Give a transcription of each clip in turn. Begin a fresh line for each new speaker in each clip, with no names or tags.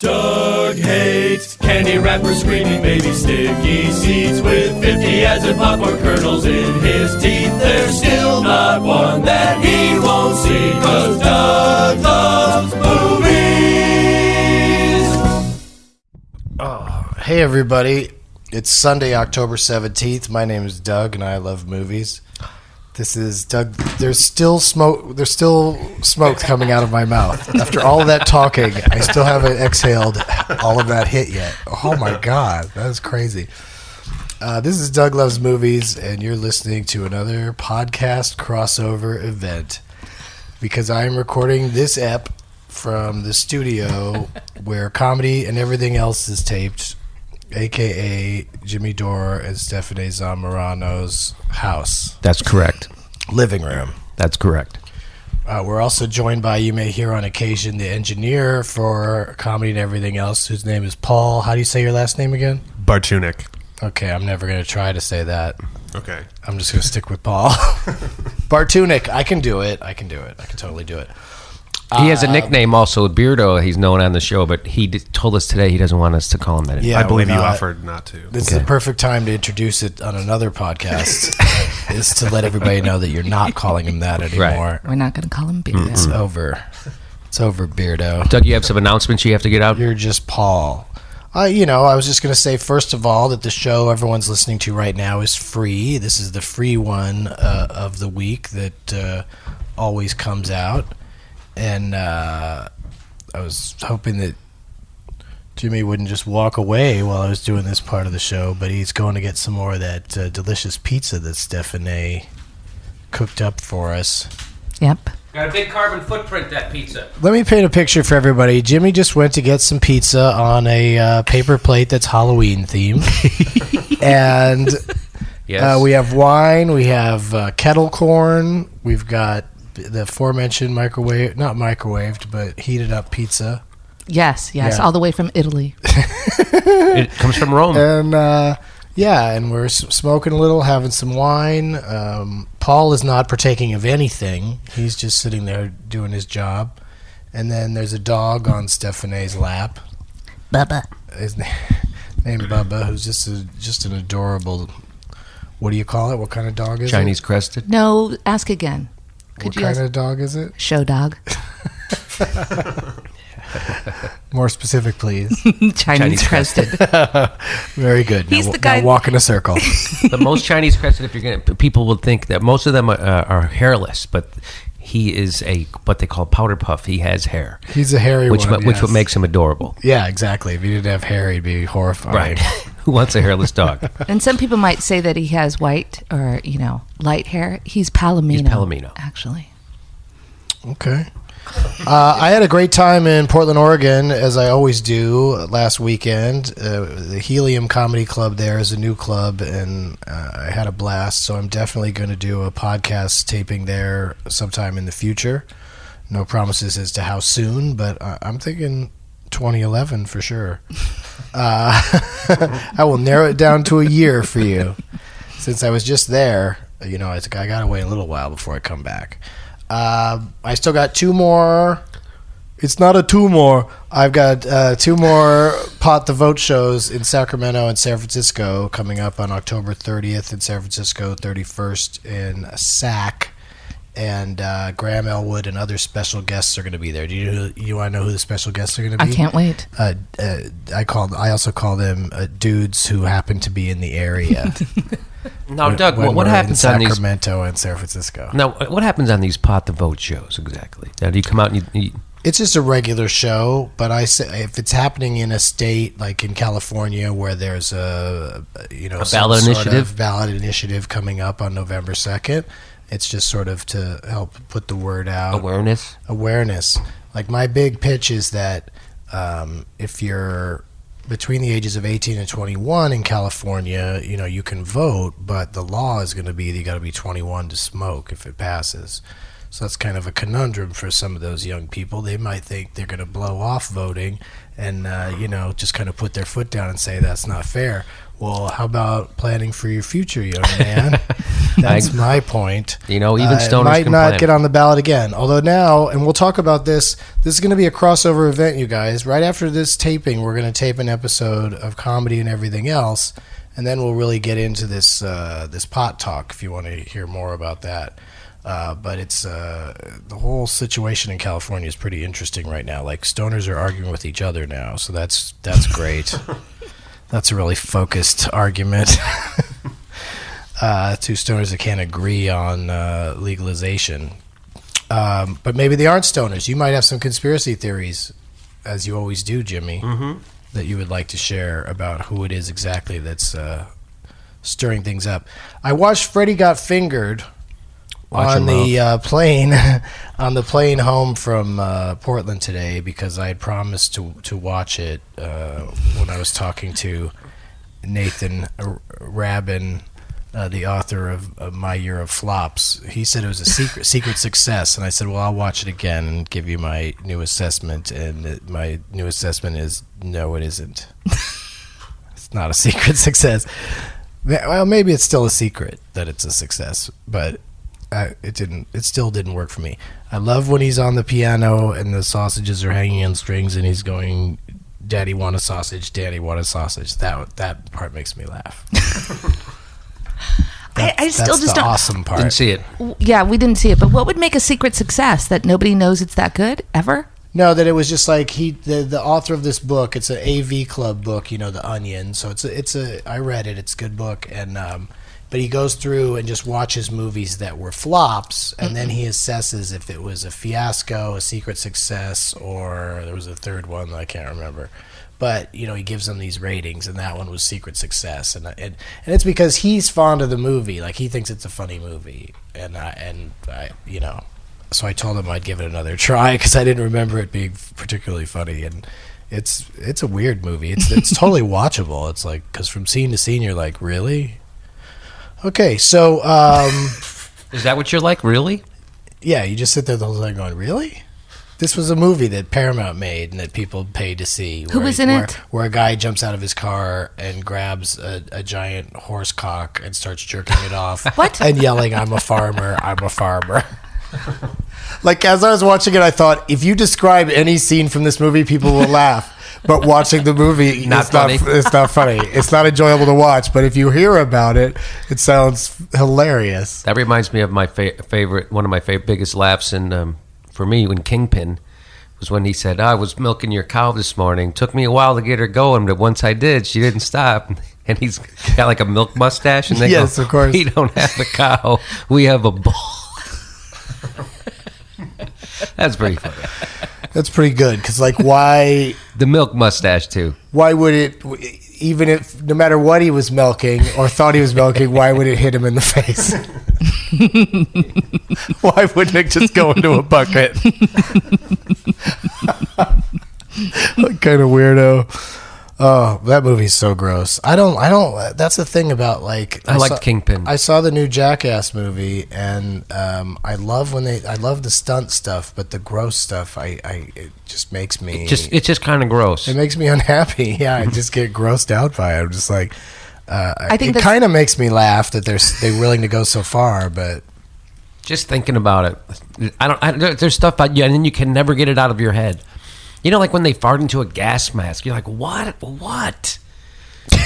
Doug hates candy wrappers, screaming baby sticky seeds with 50 as in popcorn kernels in his teeth. There's still not one that he won't see, cause Doug loves movies.
Hey, everybody. It's Sunday, October 17th. My name is Doug, and I love movies. This is Doug. There's still smoke. There's still smoke coming out of my mouth. After all that talking, I still haven't exhaled all of that hit yet. Oh my god, that is crazy. Uh, this is Doug loves movies, and you're listening to another podcast crossover event because I am recording this ep from the studio where comedy and everything else is taped, aka Jimmy Dore and Stephanie Zamorano's house
That's correct.
living room.
That's correct.
Uh, we're also joined by, you may hear on occasion, the engineer for comedy and everything else, whose name is Paul. How do you say your last name again?
Bartunik.
Okay, I'm never going to try to say that.
Okay.
I'm just going to stick with Paul. Bartunik. I can do it. I can do it. I can totally do it.
He has a
Um,
nickname also, Beardo. He's known on the show, but he d- told us today he doesn't want us to call him that. anymore.
Yeah,
I believe
we're
you
not-
offered not to.
This is the perfect time to introduce it on another podcast, is to let everybody know that you're not calling him that anymore.
We're not going to call him Beardo.
It's over. It's over, Beardo.
Doug, you have some announcements you have to get out.
you're just Paul. I, you know, I was just going to say, first of all, that the show everyone's listening to right now is free. This is the free one uh, of the week that uh, always comes out. And uh, I was hoping that Jimmy wouldn't just walk away while I was doing this part of the show, but he's going to get some more of that uh, delicious pizza that Stephanie cooked up for us.
Yep.
Got a big carbon footprint, that pizza.
Let me paint a picture for everybody. Jimmy just went to get some pizza on a uh, paper plate that's Halloween themed. and
Yes.
uh, we have wine, we have uh, kettle corn, uh, we've got
the aforementioned microwave, not microwaved, but heated up pizza.
Yes, yes,
Yeah.
all the way from Italy.
It comes from Rome.
And uh, yeah, and we're s- smoking a little, having some wine. Um, Paul is not partaking of anything, he's just sitting there doing his job. And then there's a dog on Stephanie's lap.
Bubba.
His name, named Bubba, who's just a, just an adorable. What do you call it? What kind of dog is
Chinese crested.
No, ask again.
it?
Could
What
you
kind
ask?
of dog is it?
Show dog.
More specific, please.
Chinese, crested.
Very good.
He's
now,
the
now
guy-
walk in a circle.
the most Chinese crested, if you're going to, people will think that most of them are, uh, are hairless, but he is a what they call powder puff. He has hair,
He's a hairy
which
one.
what, which
yes.
what makes him adorable.
Yeah, exactly. If he didn't have hair, he'd be horrifying.
Right? Who wants a hairless dog?
and some people might say that he has white or, you know, light hair. He's Palomino.
He's Palomino.
Actually.
Okay. Uh, I had a great time in Portland, Oregon, as I always do uh, last weekend. Uh, the Helium Comedy Club there is a new club, and uh, I had a blast. So I'm definitely going to do a podcast taping there sometime in the future. No promises as to how soon, but I- I'm thinking 2011 for sure. Uh, I will narrow it down to a year for you. Since I was just there, you know, I, think I got away a little while before I come back. Uh, I still got two more. It's not a two more. I've got uh, two more pot the vote shows in Sacramento and San Francisco coming up on October 30th in San Francisco, 31st in Sac, and uh, Graham Elwood and other special guests are going to be there. Do you you want to know who the special guests are going to
I
be?
can't wait.
uh, uh, I called. I also call them uh, dudes who happen to be in the area.
Now, Oh, Doug,
When
what, what
we're in
happens on these?
Sacramento and San Francisco?
Now, what happens on these pot the vote shows exactly? Now, do you come out and you, you
It's just a regular show, but I say if it's happening in a state like in California where there's a you know
A
some
ballot
sort
initiative?
of ballot initiative coming up on November second, it's just sort of to help put the word out
awareness?
awareness. Like my big pitch is that um, if you're between the ages of 18 and 21 in California, you know you can vote, but the law is going to be that you got to be 21 to smoke if it passes. So that's kind of a conundrum for some of those young people. They might think they're going to blow off voting and uh, you know just kind of put their foot down and say that's not fair. Well, how about planning for your future, young man? That's my point.
You know, even
Uh, it
stoners
might
can
not
plan.
get on the ballot again. Although now, and we'll talk about this. This is going to be a crossover event, you guys. Right after this taping, we're going to tape an episode of comedy and everything else, and then we'll really get into this uh, this pot talk. If you want to hear more about that. Uh, but it's uh, the whole situation in California is pretty interesting right now. Like stoners are arguing with each other now, so that's that's great. that's a really focused argument. uh, two stoners that can't agree on uh, legalization. Um, but maybe they aren't stoners. You might have some conspiracy theories, as you always do, Jimmy, that you would like to share about who it is exactly that's uh, stirring things up. I watched Freddy Got Fingered
Watch
on
your mouth.
the uh, plane on the plane home from uh, Portland today because I had promised to to watch it uh, when I was talking to Nathan R- Rabin, uh, the author of, of My Year of Flops. He said it was a secret secret success, and I said, "Well, I'll watch it again and give you my new assessment." And it- my new assessment is, no, it isn't. it's not a secret success. Ma- Well, maybe it's still a secret that it's a success, but I, it didn't. It still didn't work for me. I love when he's on the piano and the sausages are hanging on strings, and he's going, "Daddy want a sausage, Daddy want a sausage." That that part makes me laugh.
I, I still
That's
just
the
don't.
awesome part.
Didn't see it.
Yeah, we didn't see it, but what would make a secret success that nobody knows it's that good ever?
No, that it was just like he, the, the author of this book. It's an AV Club book, you know, The Onion. So it's a, it's a. I read it. It's a good book, and um, but he goes through and just watches movies that were flops, and then he assesses if it was a fiasco, a secret success, or there was a third one that I can't remember. But you know, he gives them these ratings, and that one was secret success, and and and it's because he's fond of the movie. Like he thinks it's a funny movie, and I and I, you know, so I told him I'd give it another try because I didn't remember it being particularly funny. And it's it's a weird movie. It's it's totally watchable. It's like because from scene to scene, you're like, really? Okay, so um,
Is that what you're like, really?
yeah, you just sit there the whole time going, really? This was a movie that Paramount made and that people paid to see.
Who
where-
was in
where-
it?
Where a guy jumps out of his car and grabs a, a giant horse cock and starts jerking it off.
What?
And yelling, I'm a farmer, I'm a farmer. like, as I was watching it, I thought, if you describe any scene from this movie, people will laugh. But watching the movie,
Not
it's,
funny.
Not, it's not funny. It's not enjoyable to watch. But if you hear about it, it sounds hilarious.
That reminds me of my fa- favorite, one of my favorite, biggest laughs, and um, for me, when Kingpin was when he said, "I was milking your cow this morning. Took me a while to get her going, but once I did, she didn't stop." And he's got like a milk mustache, and they
Yes,
go,
of course.
We don't have a cow. We have a bull. That's pretty funny.
That's pretty good because, like, why?
The milk mustache too.
Why would it? Even if, no matter what he was milking or thought he was milking, why would it hit him in the face? why wouldn't it just go into a bucket? what kind of weirdo? Oh, that movie's so gross. I don't. I don't. That's the thing about like.
I liked
saw-
Kingpin.
I saw the new Jackass movie, and um, I love when they. I love the stunt stuff, but the gross stuff, I. I it just makes me.
Just it's just kind of gross.
It makes me unhappy. Yeah, I just get grossed out by it. I'm just like, uh,
I think
it
that's-
kind of makes me laugh that they're s- they're willing to go so far, but
Just thinking about it, I don't. I, there- there's stuff about you, and then you can never get it out of your head. You know, like when they fart into a gas mask, you're like, "What? What?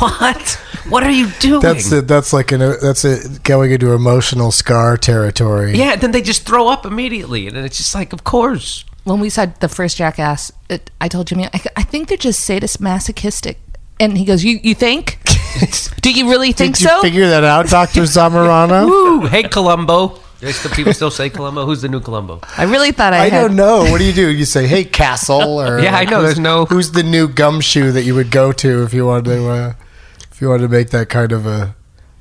what? What are you
Oh
doing?"
that's it. That's like an uh, that's it going into emotional scar territory.
yeah. Then they just throw up immediately, and then it's just like, "Of course."
when we saw the first Jackass, it, I told Jimmy, I, I think they're just sadist masochistic. And he goes, You, you think? Do you really think
Did you
so?
figure that out, Doctor Zamorano?
Woo! Hey, Columbo. There's the people still say Columbo. Who's the new Columbo?
I really thought I,
I
had.
don't know. What do you do? You say, "Hey, Castle," or
Yeah, I know,
who's-
there's no-
Who's the new gumshoe that you would go to if you wanted to uh, if you wanted to make that kind of a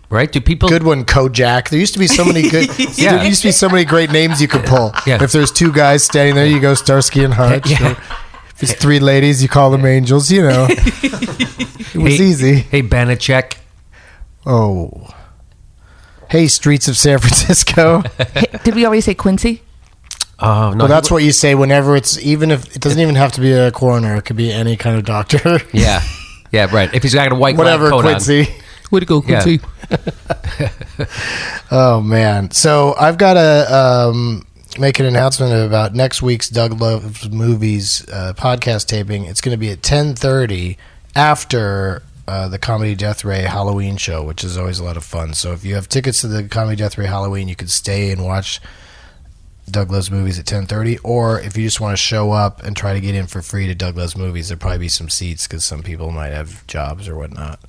Right? Do people?
good one, Kojak. There used to be so many good.
Yeah.
There used to be so many great names you could pull.
Yeah.
If there's two guys standing there, you go Starsky and Hutch.
Yeah.
Or if it's three ladies, you call them angels. You know, it was
hey,
easy.
Hey, Banachek.
Oh, hey, streets of San Francisco.
Hey, Did we already say Quincy?
Oh no,
well,
he
that's
wa-
what you say whenever it's even if it doesn't even have to be a coroner. It could be any kind of doctor.
Yeah, yeah, right. If he's got a white lab
Whatever,
coat on.
Quincy.
Way to go,
Yeah. Quincy.
Oh man! So I've got to um, make an announcement about next week's Doug Loves Movies uh, podcast taping. It's going to be at ten thirty after uh, the Comedy Death Ray Halloween show, which is always a lot of fun. So if you have tickets to the Comedy Death Ray Halloween, you can stay and watch Doug Loves Movies at ten thirty. Or if you just want to show up and try to get in for free to Doug Loves Movies, there'll probably be some seats because some people might have jobs or whatnot.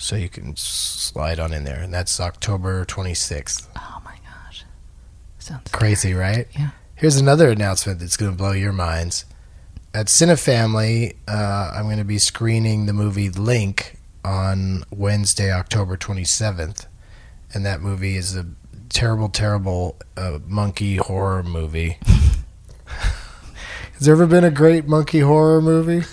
So you can s- slide on in there, and that's October twenty sixth.
Oh my gosh. Sounds
Crazy, right?
Yeah.
Here's another announcement that's going to blow your minds. At Cinefamily, uh, I'm going to be screening the movie Link on Wednesday, October 27th. And that movie is a terrible, terrible uh, monkey horror movie. Has there ever been a great monkey horror movie?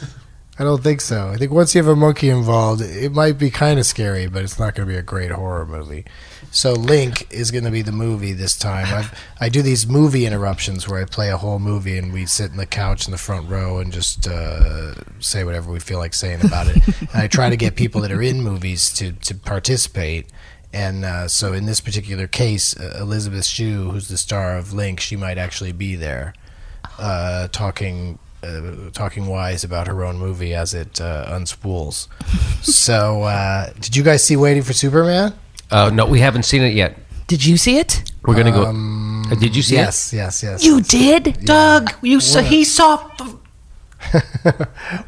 I don't think so. I think once you have a monkey involved, it might be kind of scary, but it's not going to be a great horror movie. So Link is going to be the movie this time. I've, I do these movie interruptions where I play a whole movie and we sit in the couch in the front row and just uh, say whatever we feel like saying about it. and I try to get people that are in movies to, to participate. And uh, so in this particular case, uh, Elizabeth Shue, who's the star of Link, she might actually be there uh, talking uh, talking wise about her own movie as it uh, unspools. so, uh, did you guys see Waiting for Superman?
Uh, no, we haven't seen it yet.
Did you see it?
We're gonna go. Uh, Did you see it?
Yes, yes, yes.
You did?
Doug, you saw, he saw.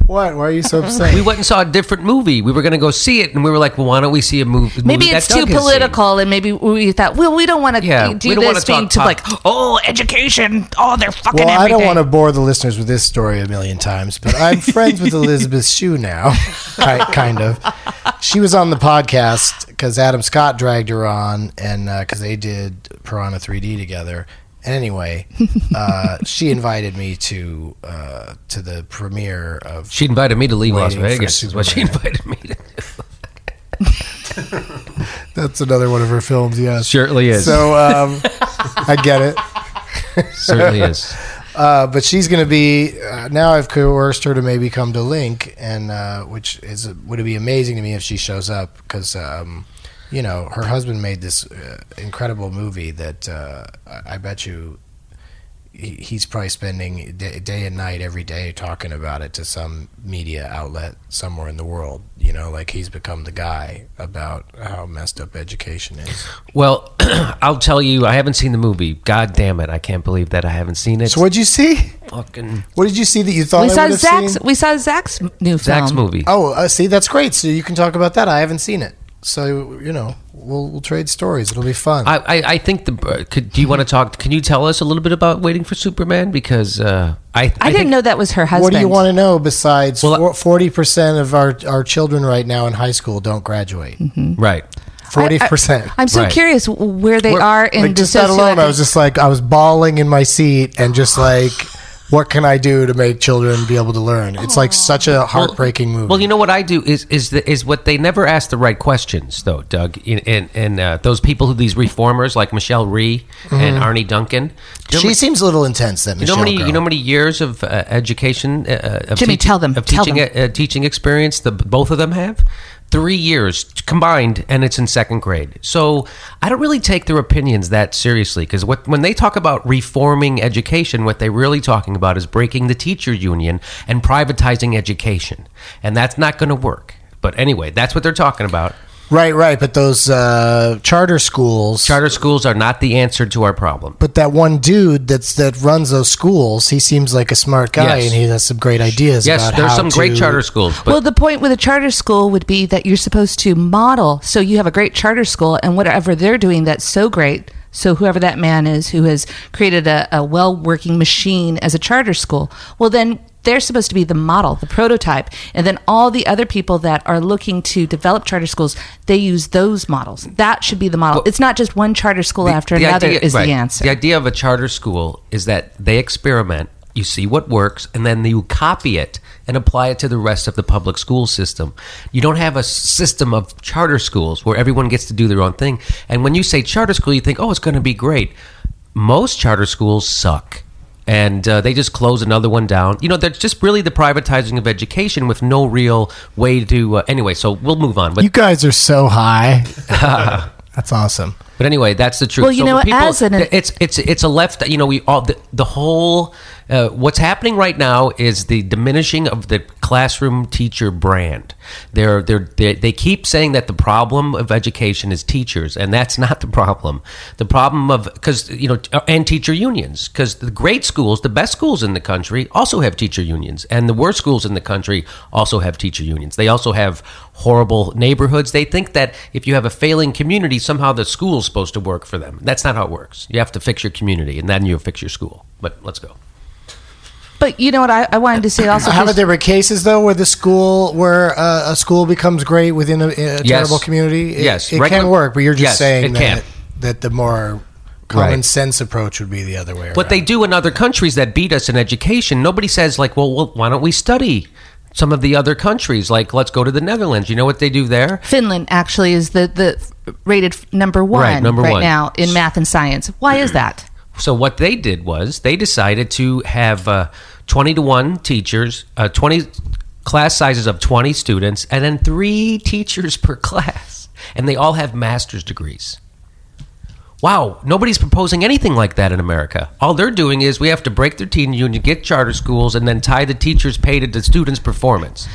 What? Why are you so upset?
We went and saw a different movie. We were going to go see it, and we were like, well, "Why don't we see a mov- movie?"
Maybe
that
it's
Doug
too
has seen?
political, and maybe we thought, well, we don't want to
Yeah, we
do
don't wanna
this thing
talk
to
pop-
like, oh, education, oh, they're fucking
well, I
everything.
don't want to bore the listeners with this story a million times, but I'm friends with Elizabeth Shue now, ki- kind of. She was on the podcast because Adam Scott dragged her on, and because they did Piranha 3D together. And anyway, uh, she invited me to uh, to the premiere of
She invited me to leave Las
Waiting for
Vegas. Is what she
Superman.
invited me to. do.
That's another one of her films, yes.
Certainly is.
So um, I get it.
Certainly is.
Uh, but she's going to be uh, now. I've coerced her to maybe come to Link, and uh, which is would it be amazing to me if she shows up because um, you know her husband made this uh, incredible movie that uh, I I bet you he- he's probably spending day, day and night every day talking about it to some media outlet somewhere in the world. You know, like he's become the guy about how messed up education is.
Well, I'll tell you, I haven't seen the movie. God damn it, I can't believe that I haven't seen it.
So what'd you see?
fucking
What did you see that you thought
we
I
saw
would have
Zach's.
seen?
We saw Zach's new film.
Zach's movie.
Oh, uh, see, that's great. So you can talk about that. I haven't seen it. So you know, we'll we'll trade stories. It'll be fun.
I, I, I think the. uh, Could, do you want to talk? Can you tell us a little bit about Waiting for Superman? Because uh, I, I,
I, didn't
think-
know that was her husband.
what do you want to know besides
Well, I-
forty percent of our our children right now in high school don't graduate?
Right.
Forty percent.
I'm so
Right.
curious where they
We're-
are in
like
the
just that alone.
socioeconomic-
I was just like I was bawling in my seat and just like, what can I do to make children be able to learn? It's like such a heartbreaking movie.
Well, you know what I do is is the, is what they never ask the right questions though, Doug. And and, and uh, those people who these reformers like Michelle Rhee and Arnie Duncan. Do you know
she
how
seems a little intense. That
many- you
Michelle
know how many
girl.
you know how many years of uh, education uh, uh, of
Jimmy,
teaching-
tell them,
of
tell
teaching
them.
Uh, teaching experience the both of them have three years combined and it's in second grade so i don't really take their opinions that seriously because what when they talk about reforming education what they're really talking about is breaking the teacher union and privatizing education and that's not going to work but anyway that's what they're talking about
right, right. But those uh, charter schools,
charter schools are not the answer to our problem
But that one dude that's that runs those schools, he seems like a smart guy,
Yes.
and he has some great ideas.
yes
about
there's
how
some great
to-
charter schools but
well, the point with a charter school would be that you're supposed to model. So you have a great charter school, and whatever they're doing that's so great. So whoever that man is who has created a, a well working machine as a charter school, well, then they're supposed to be the model, the prototype, and then all the other people that are looking to develop charter schools, they use those models. That should be the model. it's not just one charter school after another is
right.
the answer.
The idea of a charter school is that they experiment, you see what works, and then you copy it and apply it to the rest of the public school system. You don't have a s- system of charter schools where everyone gets to do their own thing. And when you say charter school, you think, oh, it's going to be great. Most charter schools suck. And uh, they just close another one down. You know, that's just really the privatizing of education with no real way to. Uh, anyway, so we'll move on. But
You guys are so high. that's awesome.
but anyway, that's the truth.
Well, you know,
when
as an-
it's it's it's a left. You know, we all the, the whole uh, what's happening right now is the diminishing of the classroom teacher brand. They're they're they, they keep saying that the problem of education is teachers, and that's not the problem. The problem of because you know uh, and teacher unions because the great schools, the best schools in the country, also have teacher unions, and the worst schools in the country also have teacher unions. They also have horrible neighborhoods. They think that if you have a failing community, somehow the school's supposed to work for them. That's not how it works. You have to fix your community, and then you fix your school. But let's go.
but you know what I, I wanted to say also.
Haven't there been cases though where the school where uh, a school becomes great within a, a terrible community? It,
Yes.
it
Regular-
can work, but you're just
Yes,
saying
it
that
can.
that the more common
Right.
sense approach would be the other way.
What they do in other countries that beat us in education, nobody says like, well, well why don't we study? Some of the other countries, like let's go to the Netherlands. You know what they do there?
Finland actually is the the rated f- number one
Right,
right,
number one.
now in math and science. Why is that?
So what they did was they decided to have uh, twenty to one teachers, uh, twenty class sizes of twenty students, and then three teachers per class, and they all have master's degrees. Wow, nobody's proposing anything like that in America. All they're doing is we have to break their teen union, get charter schools, and then tie the teachers' pay to the students' performance.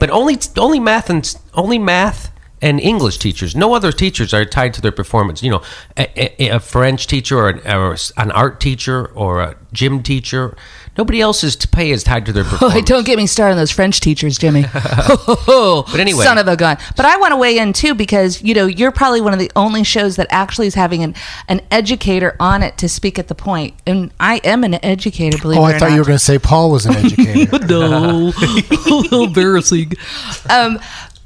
But only only math and only math and English teachers. No other teachers are tied to their performance. You know, a, a- a French teacher or an, or an art teacher or a gym teacher. Nobody else's pay is tied to their performance.
Boy, don't get me started on those French teachers, Jimmy. but
anyway.
son of a gun. But I want to weigh in too because you know you're probably one of the only shows that actually is having an an educator on it to speak at the point, and I am an educator. Believe
oh,
it or
I thought
not.
you were going to say Paul was an educator.
no, embarrassing. Um,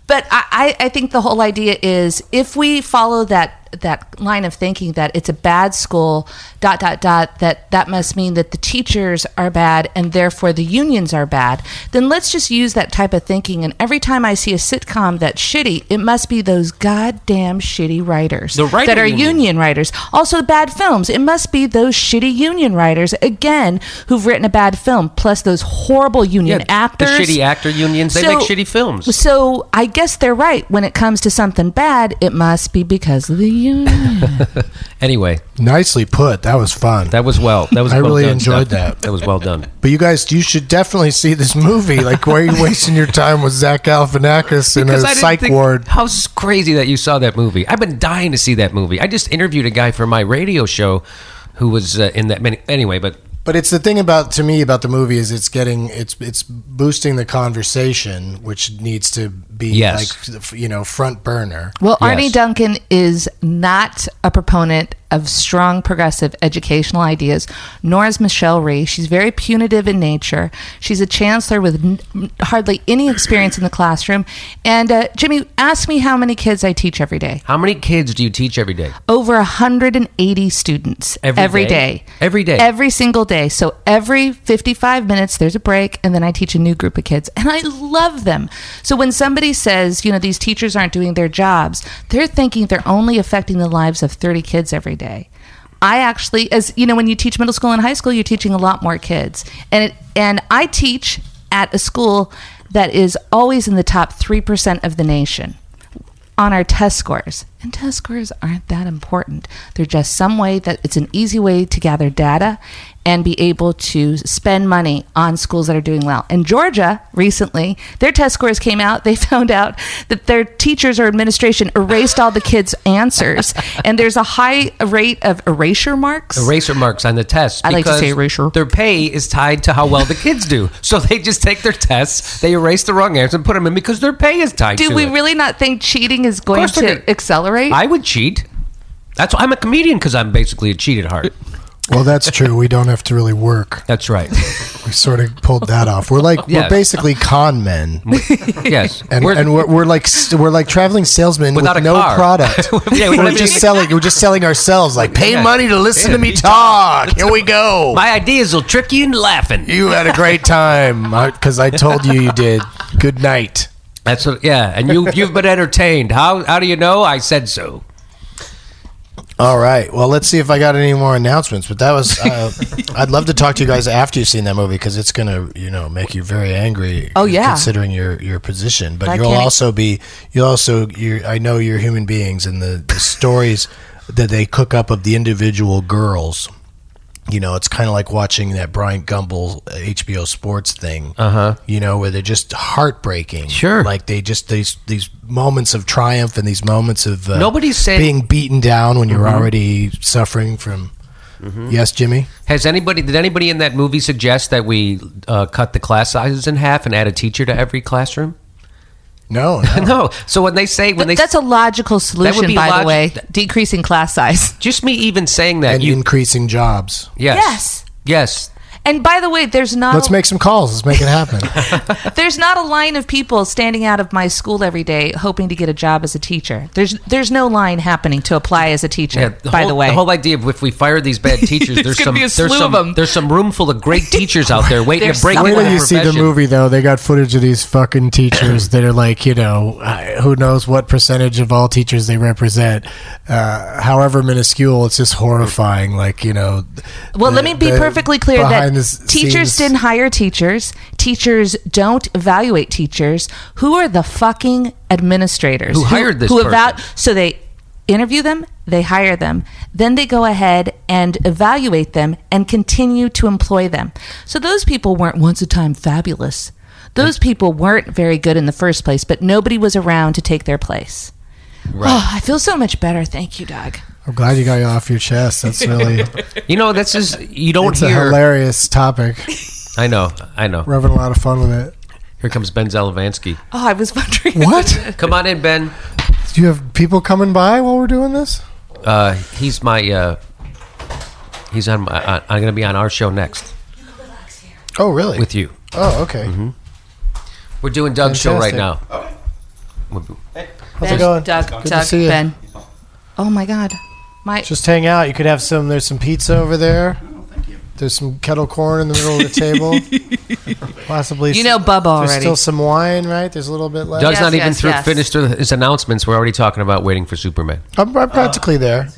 but I, I I think the whole idea is if we follow that that line of thinking that it's a bad school dot dot dot that that must mean that the teachers are bad and therefore the unions are bad then let's just use that type of thinking and every time i see a sitcom that's shitty it must be those goddamn shitty writers
The writing
that are
union.
union writers also bad films it must be those shitty union writers again who've written a bad film plus those horrible union
the
actors
shitty actor unions. They
So-
make shitty films.
so I guess they're right. When it comes to something bad, it must be because of the union.
Anyway,
Nicely put. That was fun.
that was well. That was.
I
well
really
done
enjoyed
stuff.
that.
That was well done.
but you guys, you should definitely see this movie. Like, why are you wasting your time with Zach Galifianakis in a
Because I didn't
psych
think-
ward?
How s- crazy that you saw that movie. I've been dying to see that movie. I just interviewed a guy for my radio show who was uh, in that many. Anyway, but
But it's the thing about to me about the movie is it's getting it's it's boosting the conversation, which needs to be
Yes.
like you know front burner.
well,
Yes.
Arnie Duncan is not a proponent of strong progressive educational ideas, nor is Michelle Rhee. She's very punitive in nature. She's a chancellor with n- hardly any experience in the classroom. And uh, Jimmy, ask me how many kids I teach every day.
how many kids do you teach every day?
over 180 students
Every
every
day?
day.
Every day?
Every single day. So every 55 minutes, there's a break, and then I teach a new group of kids. And I love them. So when somebody says, you know, these teachers aren't doing their jobs, they're thinking they're only affecting the lives of 30 kids every day. I actually, as you know, when you teach middle school and high school, you're teaching a lot more kids. And, it, and I teach at a school that is always in the top 3% of the nation on our test scores. And test scores aren't that important. They're just some way that it's an easy way to gather data and be able to spend money on schools that are doing well. In Georgia, recently, their test scores came out. They found out that their teachers or administration erased all the kids' answers. And there's a high rate of erasure marks.
Eraser marks on the test.
I like to
because
say erasure.
Their pay is tied to how well the kids do. So they just take their tests, they erase the wrong answers, and put them in because their pay is tied to
Do we
it.
really not think cheating is
Of
going
course they're
to
gonna-
accelerate?
I would cheat. That's why I'm a comedian because I'm basically a cheat at heart.
Well, that's true. We don't have to really work.
That's right.
We sort of pulled that off. We're like
Yeah.
we're basically con men,
Yes.
and
We're-
we're, and we're, we're like s- we're like traveling salesmen
Without
with
a
no
car.
product.
Yeah, we
we're
don't
just
even-
selling. We're just selling ourselves. Like pay
Yeah.
money to listen
Yeah,
to me
you talk.
talk. Here we go.
my ideas will trick you into laughing.
You had a great time because I told you you did. Good night.
That's what, yeah, and you you've been entertained. How how do you know? I said so.
All right. Well, let's see if I got any more announcements. But that was. Uh, I'd love to talk to you guys after you've seen that movie because it's gonna, you know, make you very angry.
Oh, yeah.
Considering your your position, but
I
you'll
can't-
also be. You'll also. You're, I know you're human beings, and the, the stories that they cook up of the individual girls. You know, it's kind of like watching that Brian Gumble uh, HBO sports thing. Uh huh. You know, where they're just heartbreaking.
Sure.
Like they just these these moments of triumph and these moments of uh,
Nobody's saying-
being beaten down when you're
Mm-hmm.
already suffering from. Yes, Jimmy.
Has anybody did anybody in that movie suggest that we uh, cut the class sizes in half and add a teacher to every classroom?
No, no.
No. So when they say when
But
they
that's a logical solution,
be
by
logi-
the way,
that-
decreasing class size.
just me even saying that
and
you
increasing jobs.
yes
Yes.
yes
And by the way, there's
Oh.
not
Let's make some calls. Let's make it happen.
there's not a line of people standing out of my school every day hoping to get a job as a teacher. There's there's no line happening to apply as a teacher.
Yeah,
by
whole,
the way,
the whole idea of if we fire these bad teachers, there's,
There's gonna
some,
be a
there's
slew
some,
of 'em.
there's some room full of great teachers out there waiting to
There's
break
Wait
into
till
the
you see the
profession.
movie, though. They got footage of these fucking teachers that are like, you know, I- who knows what percentage of all teachers they represent. Uh, however minuscule, it's just horrifying. Like, you know.
well,
the-
let me be
the
perfectly clear that
behind the
teachers
scenes-
didn't hire teachers. Teachers don't evaluate teachers. Who are the fucking administrators
Who hired this
eva-
person?
So they interview them, they hire them, then they go ahead and evaluate them and continue to employ them. So those people weren't once a time fabulous. Those people weren't very good in the first place, but nobody was around to take their place. Oh, I feel so much better. Thank you, Doug.
I'm glad you got it off your chest. That's really.
You know, that's just you don't
it's a
hear.
hilarious topic.
I know, I know.
We're having a lot of fun with it.
Here comes Ben Zalavansky.
Oh, I was wondering.
What?
Come on in, Ben.
Do you have people coming by while we're doing this?
Uh, he's my. Uh, he's on. My, uh, I'm going to be on our show next
Oh, really?
with you.
oh, okay.
We're doing
Oh,
Doug's show right now.
How's it going?
Doug,
Good to
Doug,
see you.
Ben. Oh my God. My
Just hang out. You could have some. There's some pizza over there. There's some kettle corn in the middle of the table. Possibly,
You know Bubba
There's
already.
still some wine, right? There's a little bit left.
Doug's
Yes,
not even
yes,
through,
yes.
finished with his announcements. We're already talking about waiting for Superman.
I'm, I'm practically there.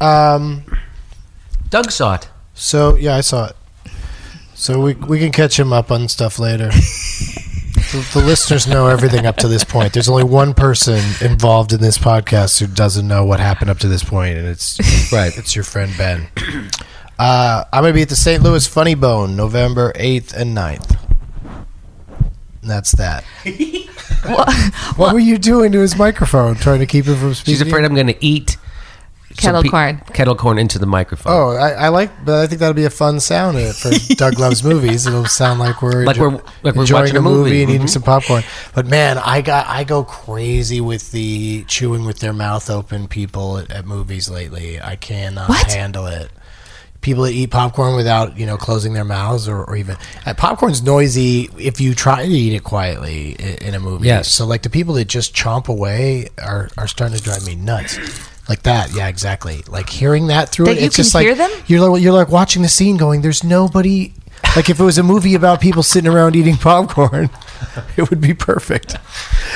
Um,
Doug saw it.
so yeah, I saw it. So we we can catch him up on stuff later. the, the listeners know everything up to this point. There's only one person involved in this podcast who doesn't know what happened up to this point, and it's right. It's your friend Ben. Uh, I'm going to be at the St. Louis Funny Bone November 8th and 9th. And that's that. what were you doing to his microphone? Trying to keep him from speaking.
She's afraid I'm going to eat some
Kettle
pe-
corn.
Kettle corn into the microphone.
Oh, I, I like, but I think that'll be a fun sound uh, for Doug Loves Movies. It'll sound like we're
Like we're- like we're
enjoying
watching
a
a
movie,
movie.
and eating
Mhm.
some popcorn. But man, I got I go crazy with the chewing with their mouth open people at, at movies lately. I cannot
What?
handle it. People that eat popcorn without you know closing their mouths or, or even uh, popcorn's noisy if you try to eat it quietly i- in a movie.
Yes.
So like the people that just chomp away are are starting to drive me nuts. Like that, yeah, exactly. Like hearing that through
That
it,
you
it's
can
just like
hear them?
you're like, you're like watching the scene going there's nobody like if it was a movie about people sitting around eating popcorn it would be perfect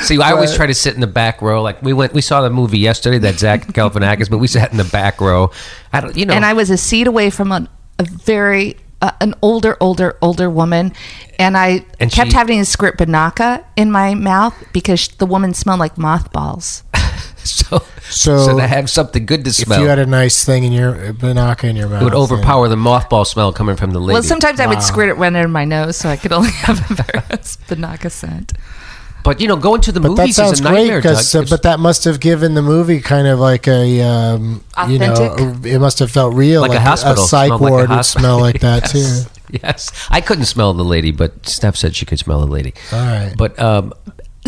See, I always
But-
try to sit in the back row. Like we went, we saw the movie yesterday that Zach Galifianakis, but we sat in the back row. I don't, you know,
and I was a seat away from a, a very uh, an older, older, older woman, and I
And
kept
she-
having a script banaka in my mouth because the woman smelled like mothballs.
so,
So-
so to have something good to
if
smell,
you had a nice thing in your a banaka in your mouth
it would
and-
overpower the mothball smell coming from the lady.
Well, sometimes I would squirt it right under my nose, so I could only have a very banaka scent.
but you know, going to the
but that
movies
sounds
is a
great
nightmare. Doug.
because uh,
It's-
but that must have given the movie kind of like a um, you know uh,
Authentic?
it must have felt real
like, a hospital,
psych
smelled like a
ward would
hosp-
smell like that
Yes.
too
Yes, I couldn't smell the lady, but Steph said she could smell the lady.
all right
But um,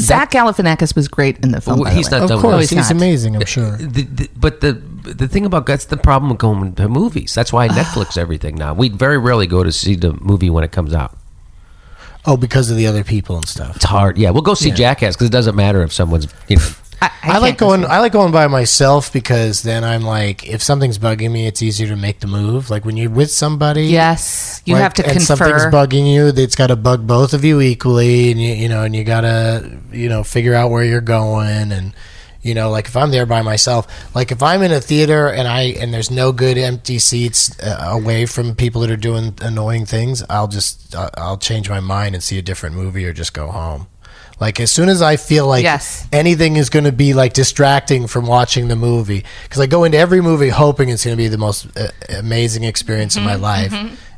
Zach Galifianakis was great in the film.
Well,
by the
he's
way.
not
of
done with
course he's,
it.
he's not.
amazing i'm sure
the, the, but the the thing about that's the problem with going to movies. That's why I Netflix everything now. We very rarely go to see the movie when it comes out.
oh because of the other people and stuff
It's hard. Yeah, we'll go see Jackass because it doesn't matter if someone's you know.
I,
I, like
can't go
going.
see it.
I like going by myself because then I'm like, if something's bugging me, it's easier to make the move. Like when you're with somebody,
Yes, you
like,
have to
and Something's
confer.
bugging you. It's got to bug both of you equally, and you, you know, and you gotta, you know, figure out where you're going, and you know, like if I'm there by myself, like if I'm in a theater and I and there's no good empty seats uh, away from people that are doing annoying things, I'll just I- I'll change my mind and see a different movie or just go home. Like as soon as I feel like
Yes.
anything is going to be like distracting from watching the movie, because I go into every movie hoping it's going to be the most uh, amazing experience of my life,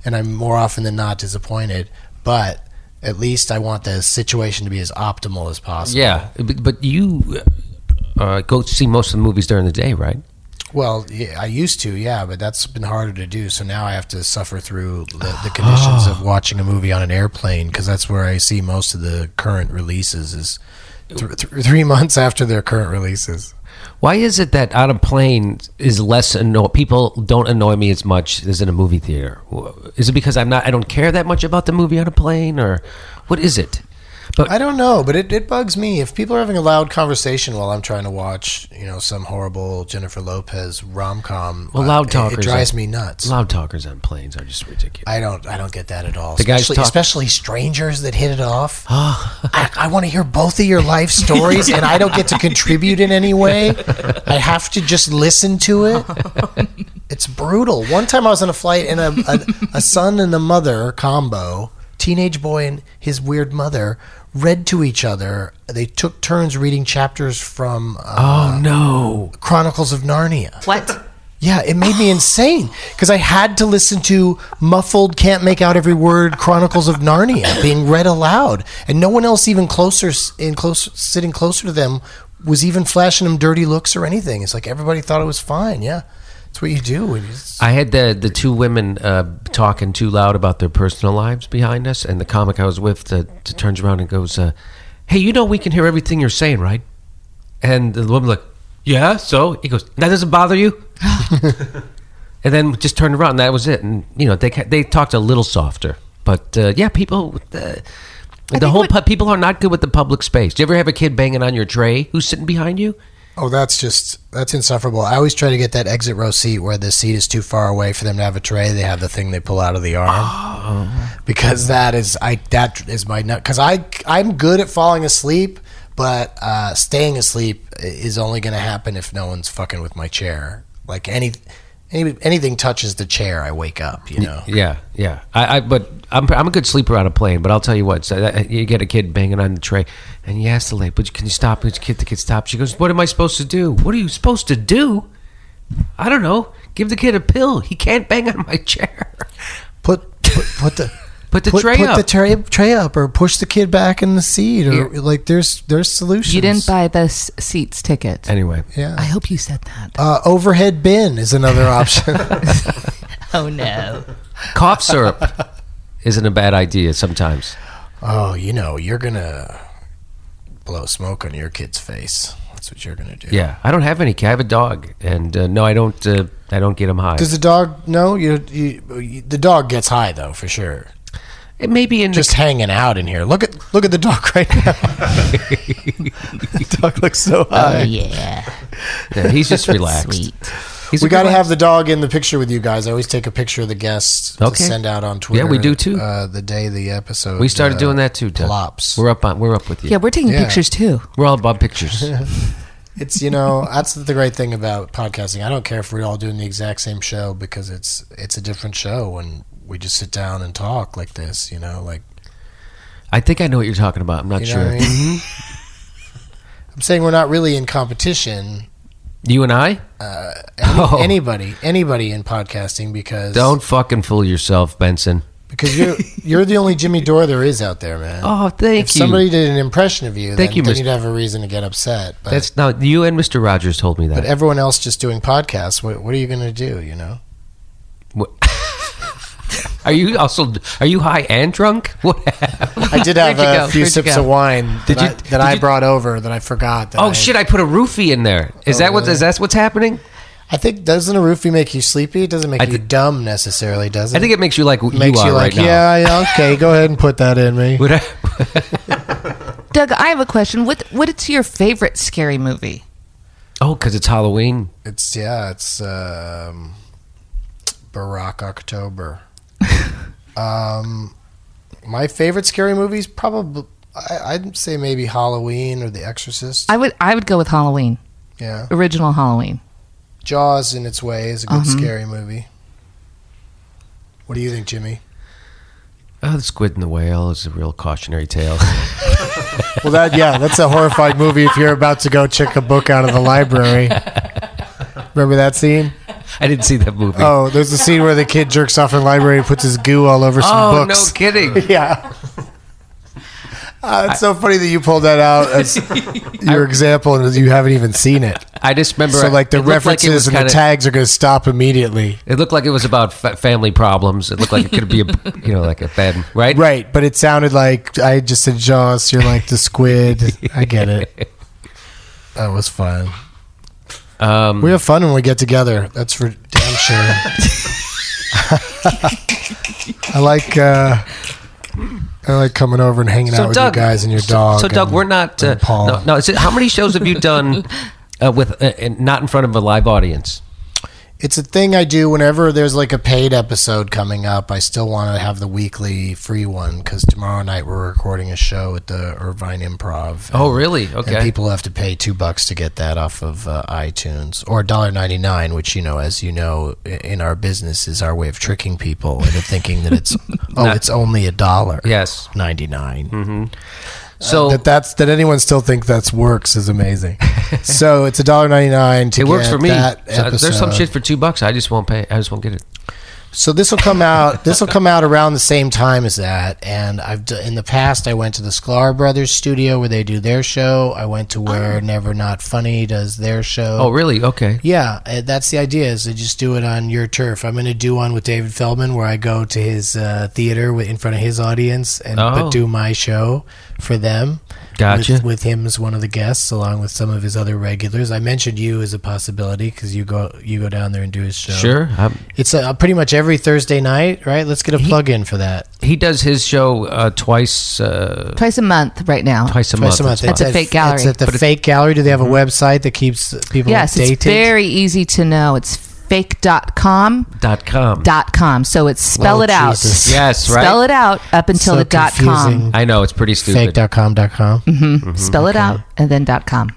and I'm more often than not disappointed. But at least I want the situation to be as optimal as possible.
Yeah, but, but you uh, go see most of the movies during the day, right?
Well, yeah, I used to, yeah, but that's been harder to do. So now I have to suffer through the, the conditions of watching a movie on an airplane because that's where I see most of the current releases is th- th- three months after their current releases.
Why is it that on a plane is less anno- people don't annoy me as much as in a movie theater? Wh- Is it because I'm not I don't care that much about the movie on a plane or what is it? But
I don't know, but it, it bugs me if people are having a loud conversation while I'm trying to watch, you know, some horrible Jennifer Lopez rom com.
Well, loud
It,
talkers
drives
are-
me nuts.
loud talkers on planes are just ridiculous.
I don't. I don't get that at all.
The guys
especially,
talk- Ah.
especially strangers that hit it off. I, I want to hear both of your life stories, and I don't get to contribute in any way. I have to just listen to it. It's brutal. One time I was on a flight, and a, a, a son and a mother combo, teenage boy and his weird mother, read to each other. They took turns reading chapters from uh,
oh no.
Chronicles of Narnia.
what?
Yeah, it made me insane because I had to listen to muffled, can't make out every word Chronicles of Narnia being read aloud, and no one else even closer in close sitting closer to them was even flashing them dirty looks or anything. It's like everybody thought it was fine. Yeah, it's what you do. when you s-
I had the the two women uh, talking too loud about their personal lives behind us, and the comic I was with uh, t- turns around and goes, uh, "Hey, you know we can hear everything you're saying, right?" And the woman like, "Yeah." So he goes, "That doesn't bother you?" and then just turned around, and that was it. And you know they ca- they talked a little softer, but uh, yeah, people. Uh, the whole pu- people are not good with the public space. Do you ever have a kid banging on your tray who's sitting behind you?
Oh, that's just that's insufferable. I always try to get that exit row seat where the seat is too far away for them to have a tray. They have the thing they pull out of the arm
Oh.
because that is I that is my nut because I I'm good at falling asleep, but uh, staying asleep i- is only going to happen if no one's fucking with my chair. Like any, any anything touches the chair, I wake up. You know.
Yeah, yeah. I, I but I'm, I'm a good sleeper on a plane. But I'll tell you what, so that, you get a kid banging on the tray, and you ask the lady, "But can you stop?" Can kid, the kid stops. She goes, "What am I supposed to do? What are you supposed to do? I don't know. Give the kid a pill. He can't bang on my chair.
Put put, put the.
Put the tray
put
up.
the tray, tray up, or push the kid back in the seat, or like there's there's solutions.
You didn't buy the s- seats ticket.
Anyway,
I hope you said that.
Uh, overhead bin is another option.
Oh no.
cough syrup isn't a bad idea sometimes.
oh, you know, you're gonna blow smoke on your kid's face. That's what you're gonna do.
Yeah, I don't have any. kid. I have a dog, and uh, no, I don't. Uh, I don't get him high.
Does the dog know? You, you, you the dog gets high though for sure.
it may be in the
Just hanging out in here. Look at look at the dog right now. the dog looks so
Uh,
high.
yeah.
Yeah, he's just relaxed. He's
we
a
got to
relaxed-
have the dog in the picture with you guys. I always take a picture of the guests to
Okay.
send out on Twitter.
we do, too.
Uh, the day the episode.
We started
uh,
doing that too. Doug.
plops.
We're up on. We're up with you.
Yeah, we're taking
Yeah.
pictures too.
We're all about pictures.
It's you know that's the great thing about podcasting. I don't care if we're all doing the exact same show because it's it's a different show when we just sit down and talk like this. You know, like
I think I know what you're talking about. I'm not
you know
sure.
what
Mm-hmm.
I mean? I'm saying we're not really in competition.
You and I?
Any,
Oh.
Anybody, anybody in podcasting because
Don't fucking fool yourself, Benson.
because you're you're the only Jimmy Dore there is out there, man.
Oh, thank
if
you.
somebody did an impression of you,
Thank
then,
you,
then
Mr.
you'd have a reason to get upset. But,
That's now you and Mr. Rogers told me
but
that.
everyone else just doing podcasts. What, what are you going to do? You know.
Are you also are you high and drunk? What happened?
I did have
Where'd you
a
go?
few
Where'd you
sips
go?
of wine
Did
that,
you-
I,
did
that I
you-
brought over that I forgot. That
Oh
I,
shit! I put a roofie in there. Is
Oh,
that what?
really?
Is that what's happening?
I think doesn't a roofie make you sleepy? It doesn't make
I
you
thi-
dumb necessarily, does it?
I think it makes you like you
makes
are
you like,
right now.
yeah, yeah, okay, go ahead and put that in me.
Would I-
Doug, I have a question. What what's your favorite scary movie?
oh, because it's Halloween.
It's yeah, it's um, Barack October. um, my favorite scary movies probably I, I'd say maybe Halloween or The Exorcist.
I would I would go with Halloween.
yeah,
Original Halloween.
Jaws in its way is a good
Mm-hmm.
Mhm.
scary movie. What do you think, Jimmy?
Oh, the squid and the whale is a real cautionary tale.
Well, that yeah, that's a horrified movie. If you're about to go check a book out of the library, remember that scene?
I didn't see that movie.
Oh, there's a scene where the kid jerks off in the library and puts his goo all over some
Oh,
books.
no kidding!
Yeah. Uh, it's so funny that you pulled that out as your example, and you haven't even seen it.
I just remember
So, like the
it looked like it
references
was
and
kinda-
the tags are going to stop immediately,
It looked like it was about fa- family problems. It looked like it could be, a, you know, like a bad, right?
right? But it sounded like I just said Jaws. You're like the squid. I get it. That was fun.
Um,
We have fun when we get together. That's for damn sure. I like uh, I like coming over and hanging out with you guys and your dog.
So, Doug,
and-
we're not. Uh,
and Paul.
No, no. Is it, how many shows have you done uh, with uh, and not in front of a live audience?
It's a thing I do whenever there's like a paid episode coming up. I still want to have the weekly free one because tomorrow night we're recording a show at the Irvine Improv.
Oh, really?
And
Okay.
people have to pay two bucks to get that off of uh, iTunes or $1.99, which, you know, as you know, i- in our business is our way of tricking people into thinking that it's, oh, it's only a dollar.
Yes.
99
Mm-hmm. So
Uh, that that's that anyone still think that's works is amazing so it's a dollar 99 to
it works
get
for me.
that
So there's some
episode.
shit for two bucks. I just won't pay. I just won't get it.
So this will come out. This will come out around the same time as that. And I've d- in the past, I went to the Sklar Brothers studio where they do their show. I went to
Ah.
where Never Not Funny does their show.
Oh, really? Okay.
Yeah, uh, that's the idea. Is to just do it on your turf. I'm going to do one with David Feldman, where I go to his uh, theater wi- in front of his audience and
Oh.
but do my show for them.
Gotcha.
With, with him as one of the guests, along with some of his other regulars. I mentioned you as a possibility because you go you go down there and do his show.
Sure. I'm-
It's uh, pretty much every Thursday night, right? Let's get a plug in for that.
he does his show uh, twice uh,
Twice a month right now.
twice a
Twice a month.
month.
That's
It's
a fake gallery.
It's at the fake gallery. Do they
Mm-hmm.
have a website that keeps people
Yes,
updated?
it's very easy to know. It's fake.com.
dot com.
Dot com. So it's spell
Oh,
it out.
Jesus.
Yes, right.
Spell it out up until
So
the dot com. Mm-hmm.
confusing. Mm-hmm.
I know it's pretty stupid.
Fake.com.com. com.
Spell it out and then dot com.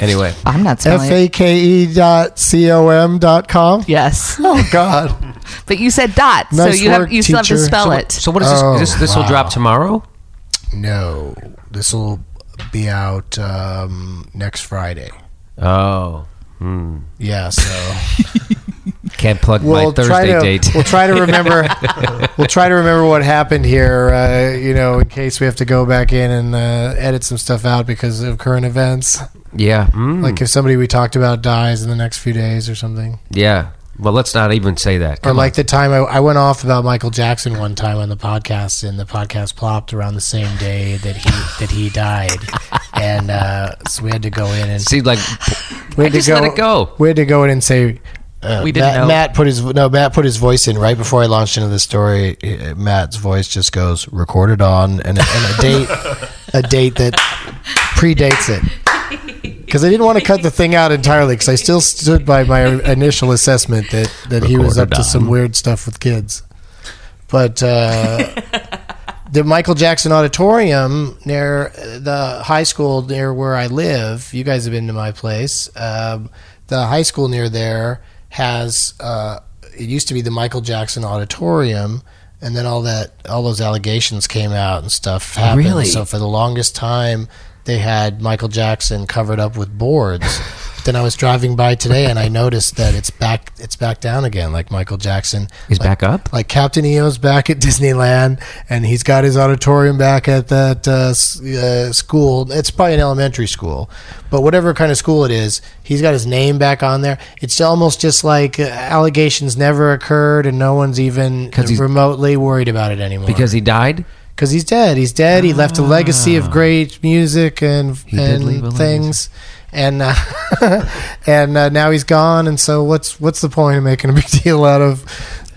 Anyway,
I'm not spelling
F
it.
A K E dot C O M dot com.
Yes.
Oh, God.
But you said dot,
Nice
so you have
work,
you still have to
teacher.
spell
So-
it.
so what is
Oh,
this? This this will drop tomorrow.
no. This will be out um, next Friday.
Oh, hmm.
Yeah, so
can't plug my
we'll try
Thursday
to
date.
we'll try to remember we'll try to remember what happened here. Uh, you know, in case we have to go back in and uh, edit some stuff out because of current events.
yeah, mm,
Like if somebody we talked about dies in the next few days or something.
yeah. Well, let's not even say that.
or
Come
like the time I, I went off about Michael Jackson one time on the podcast, and the podcast plopped around the same day that he that he died, and uh, so we had to go in and
on. see, like
we had
just let it go.
We had to go in and say. Uh,
We didn't
Matt,
know.
Matt put his no. Matt put his voice in right before I launched into the story. uh, Matt's voice just goes recorded on and, and a date, a date that predates it. Because I didn't want to cut the thing out entirely. Because I still stood by my initial assessment that that he was up
Recorded
to some
on.
weird stuff with kids. But uh, the Michael Jackson Auditorium near uh, the high school near where I live. You guys have been to my place. Um, the high school near there has. Uh, it used to be the Michael Jackson Auditorium, and then all that all those allegations came out and stuff happened.
Oh, Really?
So for the longest time, they had Michael Jackson covered up with boards. then I was driving by today and I noticed that it's back it's back down again. Like Michael Jackson
he's
like,
back up.
like Captain EO's back at Disneyland, and he's got his auditorium back at that uh, s- uh, school. It's probably an elementary school, but whatever kind of school it is, he's got his name back on there. It's almost just like uh, allegations never occurred, and no one's even
'Cause he's-
remotely worried about it anymore.
Because he died.
because he's dead, he's dead. He left a legacy of great music and
Ah. did leave a
and
legacy.
things. And uh, and uh, now he's gone, and so what's what's the point of making a big deal out of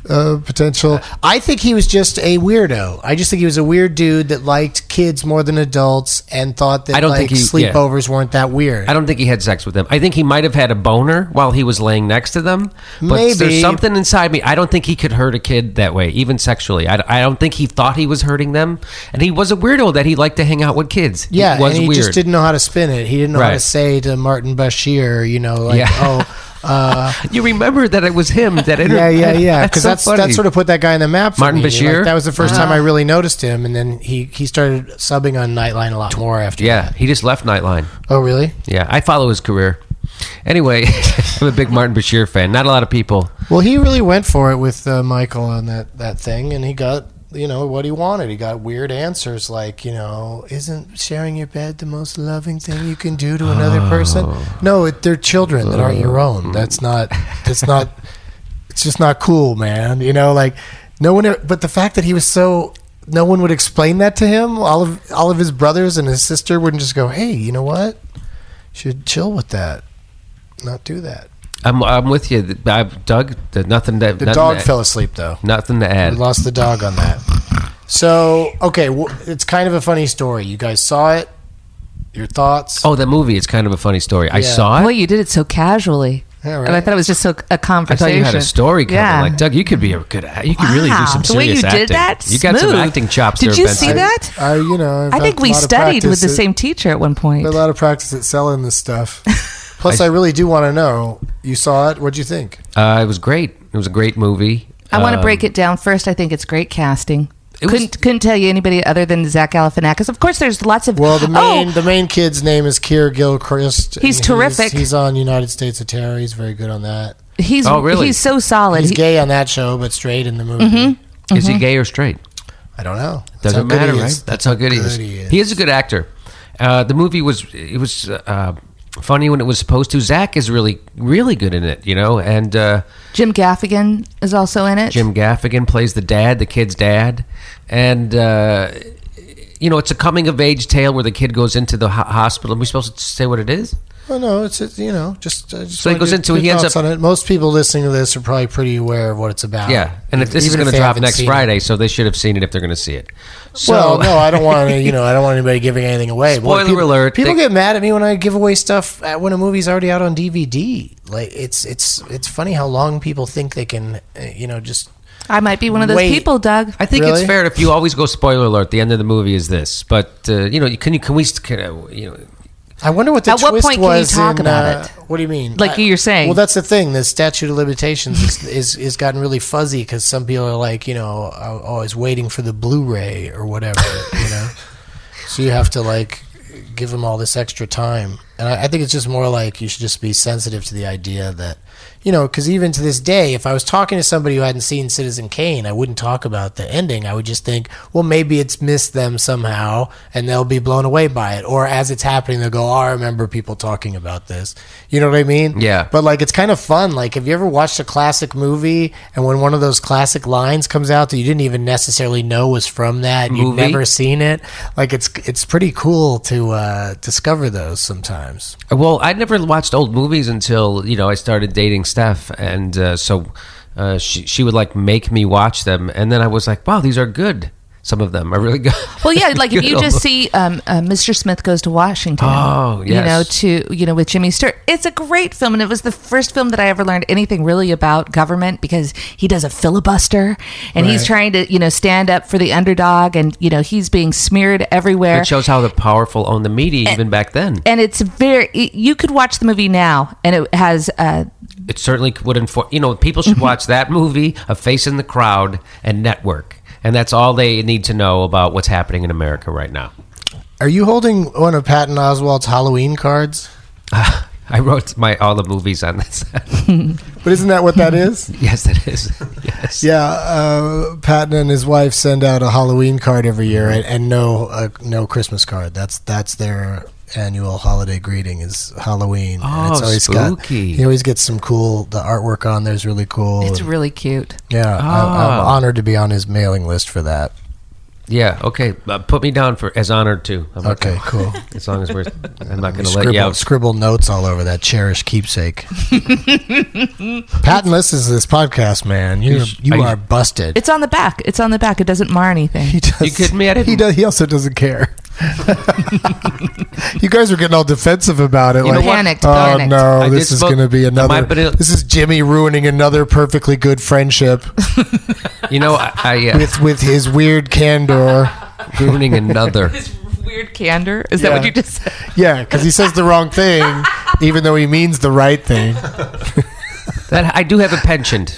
uh, potential. I think he was just a weirdo. I just think he was a weird dude that liked kids more than adults and thought that
I don't
like
think he- yeah.
sleepovers weren't that weird.
I don't think he had sex with them. I think he might have had a boner while he was laying next to them. But
Maybe.
there's something inside me. I don't think he could hurt a kid that way, even sexually. I, I don't think he thought he was hurting them. And he was a weirdo that he liked to hang out with kids.
yeah,
it was
and he
weird.
just didn't know how to spin it. He didn't know how to
Right.
say to Martin Bashir, you know, like
Yeah.
oh, uh,
You remember that it was him that inter-
yeah, yeah, yeah, because
so
that's
funny.
that sort of put that guy in the map. For
Martin Uh-huh.
me.
Bashir?
Like, that was the first time I really noticed him, and then he he started subbing on Nightline a lot more after.
yeah.
that.
He just left Nightline.
Oh, really?
Yeah, I follow his career. Anyway, I'm a big Martin Bashir fan. Not a lot of people.
Well, he really went for it with uh, Michael on that, that thing, and he got you know what he wanted. He got weird answers like you know, isn't sharing your bed the most loving thing you can do to another person? No, it, they're children that aren't your own. That's not. That's not. it's just not cool, man. You know, like no one. e- But the fact that he was so. No one would explain that to him. All of all of his brothers and his sister wouldn't just go, "Hey, you know what? Should chill with that, not do that."
I'm, I'm with you. I've, Doug, there's nothing that.
The
nothing
dog
to,
fell asleep though.
Nothing to
We
add.
lost the dog on that. So, okay, w it's kind of a funny story. You guys saw it. Your thoughts?
Oh, that movie. It's kind of a funny story. I
Yeah.
saw it.
Well, you did it so casually.
Yeah,
And I
right.
thought it was just so, a
I
conversation.
thought you had a story coming.
Yeah.
Like Doug, you could be a good. act- You could really do
Wow.
some serious
The way you
acting.
did that,
You got some
smooth.
acting chops.
Did
there,
you
Ben.
see
I-
that?
I, you know, I've
I
had
think
a
we
lot of
studied with
practice
the
at-
same teacher at one
had
point.
A lot of practice at selling this stuff. Plus, I, really do want to know. You saw it. What'd you think?
Uh, it was great. It was a great movie.
I want to
Um,
break it down first. I think it's great casting.
It was-
couldn't couldn't tell you anybody other than Zach Galifianakis. Of course, there's lots of
Well, the main
Oh,
the main kid's name is Keir Gilchrist. and
He's terrific.
He's on United States of Terror. He's very good on that.
he's
Oh, really?
he's so solid.
He's
He- Mm-hmm.
gay on that show, but straight in the movie.
Is he gay or straight?
I don't know. That's how
Doesn't
good he
matter,
is.
right? That's, how good, he, is.
he is.
He is a good actor. Uh, the movie was it was uh, funny when it was supposed to. Zach is really really good in it, you know. And uh,
Jim Gaffigan is also in it.
Jim Gaffigan plays the dad, the kid's dad, and uh, you know, it's a coming of age tale where the kid goes into the ho- hospital. Are we supposed to say what it is?
Well, no, it's it's, you know just, I just
So he
wanted
goes
your-
into
your
it, he ends
thoughts
up-
on it. Most people listening to this are probably pretty aware of what it's about.
yeah, and if
Uh,
this
Even
is going
they
to drop
haven't
next
seen it.
Friday, so they should have seen it if they're going to see it. So,
well, no, I don't want to. You know, I don't want anybody giving anything away. But
Spoiler
people,
alert,
People
they-
get mad at me when I give away stuff at, when a movie's already out on DVD. Like it's it's it's funny how long people think they can. uh, You know, just
I might be one of those
Wait.
people, Doug.
I think
Really?
it's fair if you always go spoiler alert. The end of the movie is this, but uh, you know, can you can we st- can, uh, you know
I wonder what the
At what
twist
point can you
was
talk
in,
about
uh,
it?
What do you mean?
Like
I-
you're saying.
Well, that's the thing. The statute of limitations is is, is gotten really fuzzy because some people are like, you know, "Oh, oh, I was waiting for the Blu-ray or whatever, you know. So you have to like give them all this extra time, and I, I think it's just more like you should just be sensitive to the idea that, you know, because even to this day, if I was talking to somebody who hadn't seen Citizen Kane, I wouldn't talk about the ending. I would just think, well, maybe it's missed them somehow, and they'll be blown away by it. Or as it's happening, they'll go, oh, I remember people talking about this. You know what I mean?
Yeah.
But like, it's kind of fun. Like, have you ever watched a classic movie, and when one of those classic lines comes out that you didn't even necessarily know was from that, and you've
Movie?
never seen it. Like it's it's pretty cool to uh, discover those sometimes.
Well, I never watched old movies until you know I started dating Steph, and uh, so uh, she she would like make me watch them, and then I was like, wow, these are good. Some of them are really good.
Well, yeah, like if
Good
you
old-
just see um, uh, Mr. Smith goes to Washington.
Oh,
You know,
yes.
to you know, with Jimmy Stewart, it's a great film, and it was the first film that I ever learned anything really about government because he does a filibuster, and he's
Right.
trying to you know stand up for the underdog, and you know he's being smeared everywhere.
It shows how the powerful own the media even back then.
and it's very it- you could watch the movie now and it has uh
It certainly would inform. You know, people
Mm-hmm.
should watch that movie, A Face in the Crowd, and Network, and that's all they need to know about what's happening in America right now.
Are you holding one of Patton Oswald's Halloween cards?
I wrote my all the movies on this.
But isn't that what that is?
yes, it is. Yes.
yeah, uh, Patton and his wife send out a Halloween card every year, and, and no uh, no Christmas card. That's that's their annual holiday greeting is Halloween. and
Oh,
got-
spooky.
he always gets some cool. The artwork on there's really
Oh.
cool.
it's
and-
really cute
yeah, I, I'm
Ah.
honored to be on his mailing list for that.
Yeah. Okay. Uh, put me down for as honored too. I'm not
Okay,
gonna-
cool.
As long as we're, I'm not going to let
scribble,
you out.
scribble notes all over that cherished keepsake. Patton listens to this podcast, man. You,
sh-
you
I-
are busted.
it's on the back it's on the back it doesn't mar anything
does,
You kidding me? I didn't-
He, does, he also doesn't care. you guys are getting all defensive about it.
You know
like,
what? Uh,
Panicked,
oh
panicked."
no,
I
this
did
is
spoke-
going to be
Am I
another.
been-
this is Jimmy ruining another perfectly good friendship
You know, I, I uh,
with with his weird candor.
ruining another.
weird candor is that
Yeah.
what you just said
Yeah, because he says the wrong thing, even though he means the right thing.
That I do have a penchant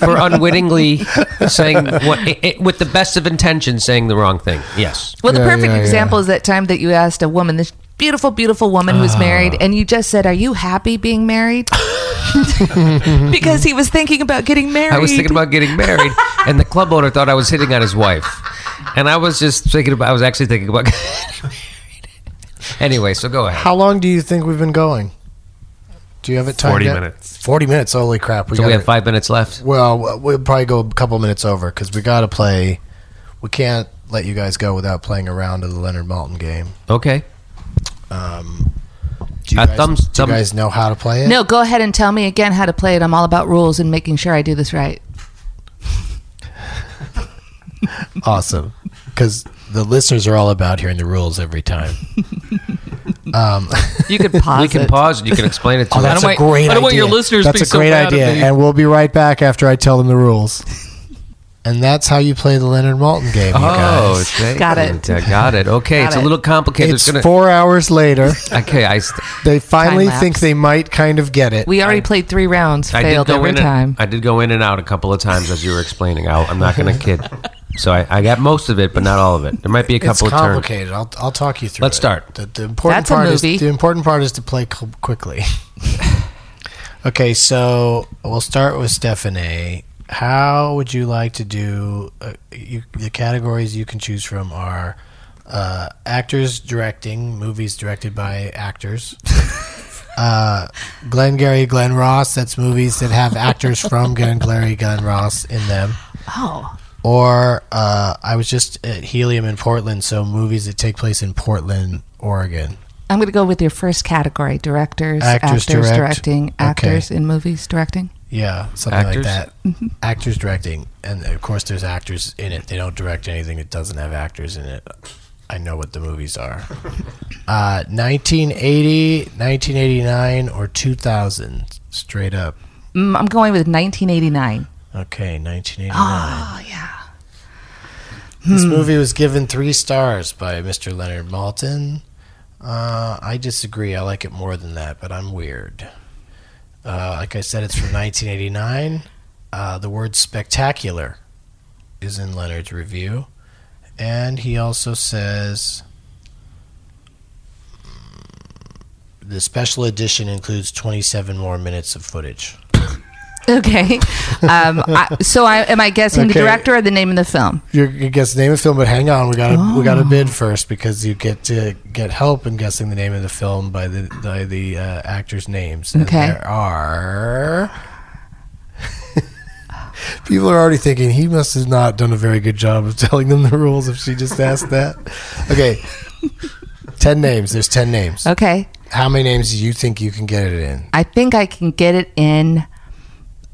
for unwittingly saying what, i i with the best of intentions, saying the wrong thing. Yes.
well the
Yeah,
perfect
yeah, yeah.
example is that time that you asked a woman this beautiful beautiful woman who's
Ah.
married and you just said are you happy being married because he was thinking about getting married
I was thinking about getting married, and the club owner thought I was hitting on his wife, and I was just thinking about. I was actually thinking about. Getting married. Anyway, so go ahead.
How long do you think we've been going? Do you have it timed?
40
out?
minutes.
Forty minutes. Holy crap!
So we
gotta-
have five minutes left.
Well, we'll probably go a couple minutes over because we got to play. We can't let you guys go without playing a round of the Leonard Malton game. Um,
Okay.
Do you,
Uh,
guys,
thumbs-
do you
thumb-
guys know how to play it?
no go ahead and tell me again how to play it i'm all about rules and making sure i do this right
Awesome, because the listeners are all about hearing the rules every time.
you could pause
we can
it.
pause and you can explain it to
Oh,
us.
that's
don't
a
want-
great idea.
I don't want your listeners
That's
being
a
so
great
mad at
idea,
me.
and we'll be right back after I tell them the rules. and that's how you play the Leonard Malton game, you
Oh,
guys.
okay.
Got it.
I got it. Okay,
Got
it's
it.
a little complicated.
It's
It's, gonna.
four hours later.
okay, I. St-
They finally
Time lapse.
think they might kind of get it.
we already played three rounds
I
failed every
in
time
And, I did go in and out a couple of times as you were explaining. I'll, I'm not going to kid. So I, I got most of it, but not all of it. There might be a
it's
couple of turns.
complicated. I'll, I'll talk you through.
Let's
it.
start.
The, the important
That's a
part
movie.
is the important part is to play cl- quickly. okay, so we'll start with Stephanie. How would you like to do? Uh, you, the categories you can choose from are uh, actors directing movies directed by actors. Uh, Glengarry Glen Ross. That's movies that have actors from Glengarry Glen Ross in them.
oh
Or uh, I was just at Helium in Portland, so movies that take place in Portland, Oregon.
I'm going to go with your first category: directors,
Actors
actors,
direct.
directing,
Okay.
actors in movies, directing.
Yeah, something
Actors?
like that. Actors directing, and of course, there's actors in it. They don't direct anything that doesn't have actors in it. I know what the movies are. Uh, 1980, 1989, or 2000, straight up.
Mm, I'm going with 1989.
Okay, 1989.
Oh yeah,
This movie was given three stars by Mr. Leonard Maltin. Uh, I disagree. I like it more than that, but I'm weird. Uh, like I said, it's from 1989. Uh, the word spectacular is in Leonard's review. And he also says "Hmm, the special edition includes 27 more minutes of footage.
Okay. Um, I, so I, am I guessing the
Okay.
director or the name of the film?
You're, you guess the name of the film, but hang on, we got to we got
Oh.
to bid first because you get to get help in guessing the name of the film by the by the uh, actors' names. And
Okay.
there are people are already thinking he must have not done a very good job of telling them the rules if she just asked that. Okay, ten names. There's ten names.
Okay.
How many names do you think you can get it in?
I think I can get it in.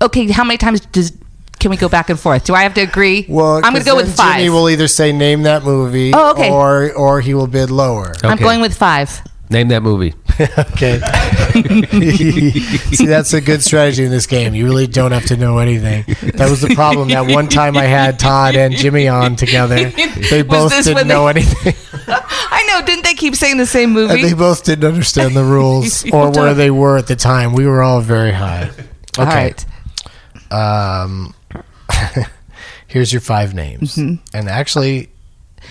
Okay, how many times does can we go back and forth? Do I have to agree? I'm going to go with five.
Jimmy will either say name that movie,
Oh, okay.
or or he will bid lower.
I'm
Okay.
going with five.
Name that movie.
Okay. See, that's a good strategy in this game. You really don't have to know anything. That was the problem. That one time I had Todd and Jimmy on together, they
Was
both
this
didn't
when
know
they-
anything.
I know. Didn't they keep saying the same movie?
And they both didn't understand the rules
You
or where
don't.
they were at the time. We were all very high. Okay.
All right.
Um, here's your five names. And actually,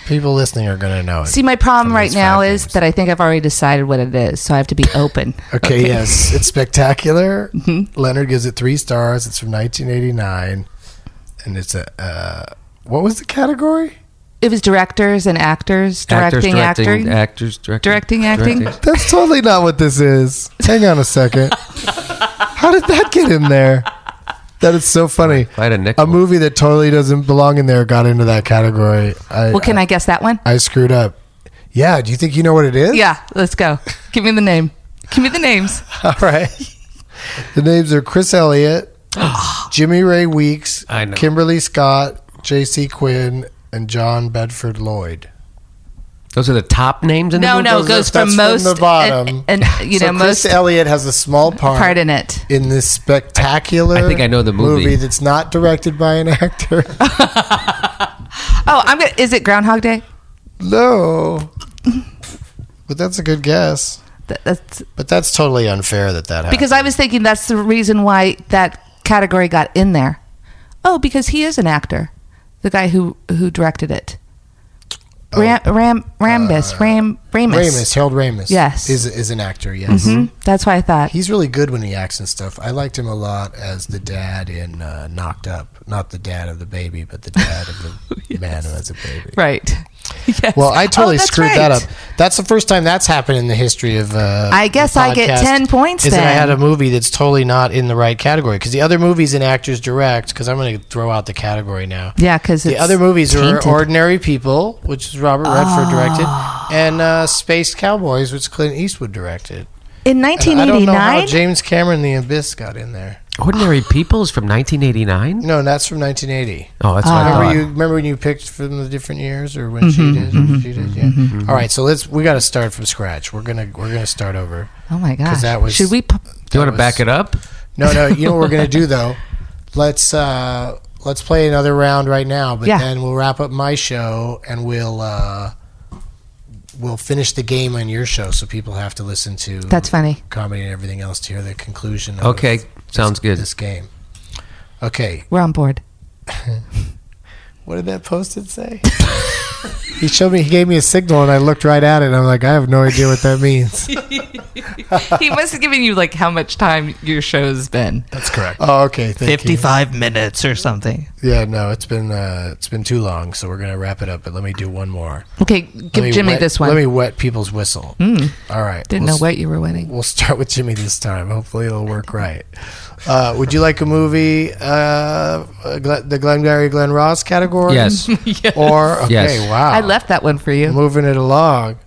people listening are going to know it.
Mm-hmm. See, my problem
From
right
those
now
five
is
names.
that I think I've already decided what it is, so I have to be open.
Okay, yes. It's spectacular.
Mm-hmm.
Leonard gives it three stars. It's from 1989. And it's a. Uh, what was the category?
It was directors and actors,
actors
directing,
directing
acting,
actors directing
Directing, acting?
directors.
That's totally not what this is. Hang on a second. How did that get in there? That is so funny.
I had a nickel.
A movie that totally doesn't belong in there got into that category. I,
Well, can I guess that one?
I, screwed up. Yeah, do you think you know what it is?
Yeah, let's go. Give me the name. Give me the names.
All right. The names are Chris Elliott, Jimmy Ray Weeks,
I know.
Kimberly Scott, J.C. Quinn, and John Bedford Lloyd.
Those are the top names in
No,
the movie.
no,
those
it goes
are- that's
from
from
most
the bottom.
and, and, you
so
know
Chris
most
Elliott has a small part,
part in it.
in this spectacular.
I think I know the movie.
that's not directed by an actor.
Oh, I'm gonna. Is it Groundhog Day?
no, but that's a good guess.
That, that's
But that's totally unfair that that happened.
because I was thinking that's the reason why that category got in there. Oh, because he is an actor, the guy who who directed it. Ram Ram Rambus Ram
Oh.
Ramus.
Uh, Ramus Harold Ramis,
Yes.
is is an actor. Yes,
Hmm, That's why I thought.
He's really good when he acts and stuff. I liked him a lot as the dad in uh, Knocked Up. Not the dad of the baby, but the dad of the man who has a baby.
right. Yes.
Well, I
Oh,
totally
that's
screwed that up.
right.
That's the first time that's happened in the history of. Uh,
I guess
the
I get
podcast,
10 points
Is that I
then.
had a movie that's totally not in the right category because the other movies in actors direct. Because I'm going to throw out the category now.
Yeah, because
The other movies were Ordinary People, which is Robert Redford
Ah.
directed, and uh, Space Cowboys, which Clint Eastwood directed.
in
And I don't know how
1989.
James Cameron The Abyss got in there.
Ordinary People is from 1989.
No, that's from 1980.
Oh,
Uh,
that's what I
Remember
thought.
you remember when you picked from the different years or when she
Mm-hmm,
did? or She did. Yeah. All right, so let's we got to start from scratch. We're gonna we're gonna start over.
oh my gosh!
that was-
Should we? P-
Do you want
That
to
was-
back it up?
No, no. You know what we're gonna do though? Let's uh let's play another round right now, but
Yeah.
then we'll wrap up my show and we'll uh we'll finish the game on your show, so people have to listen to
that's funny.
comedy and everything else to hear the conclusion. Of
Okay, sounds good.
This game. Okay,
We're on board.
What did that post-it say? he showed me. He gave me a signal, and I looked right at it. And I'm like, I have no idea what that means.
he must have given you like how much time your show's been.
That's correct. Oh, okay. Thank you.
Fifty-five minutes or something.
Yeah, no, it's been uh, it's been too long, so we're gonna wrap it up. But let me do one more.
Okay,
Let
give
me
Jimmy
wet-
this one. Hmm.
Let me wet people's whistle. All right.
Didn't
we'll
know
s-
what you were winning.
We'll start with Jimmy this time. Hopefully, it'll work right. Uh, would you like a movie, uh, Glen- the Glengarry Glen Ross category?
Yes.
Or okay,
Yes.
wow.
I left that one for you.
moving it along.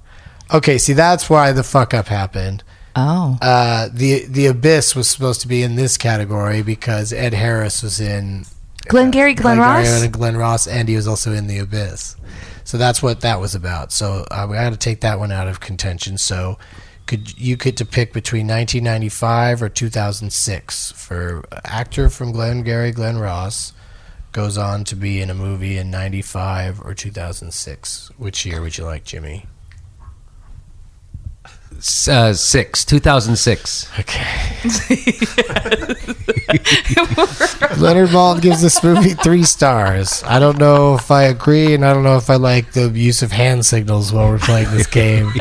Okay, see, that's why the fuck up happened.
Oh,
Uh, the the abyss was supposed to be in this category because Ed Harris was in
Glengarry Glen
Glengarry
Ross.
and Glen Ross, and he was also in the Abyss. So that's what that was about. So uh, we had to take that one out of contention. So could you get to pick between 1995 or 2006 for actor from Glengarry Glen Ross goes on to be in a movie in 95 or 2006? Which year would you like, Jimmy?
S- Uh, six, 2006.
Okay. Leonard Bald gives this movie three stars. I don't know if I agree, and I don't know if I like the use of hand signals while we're playing this game.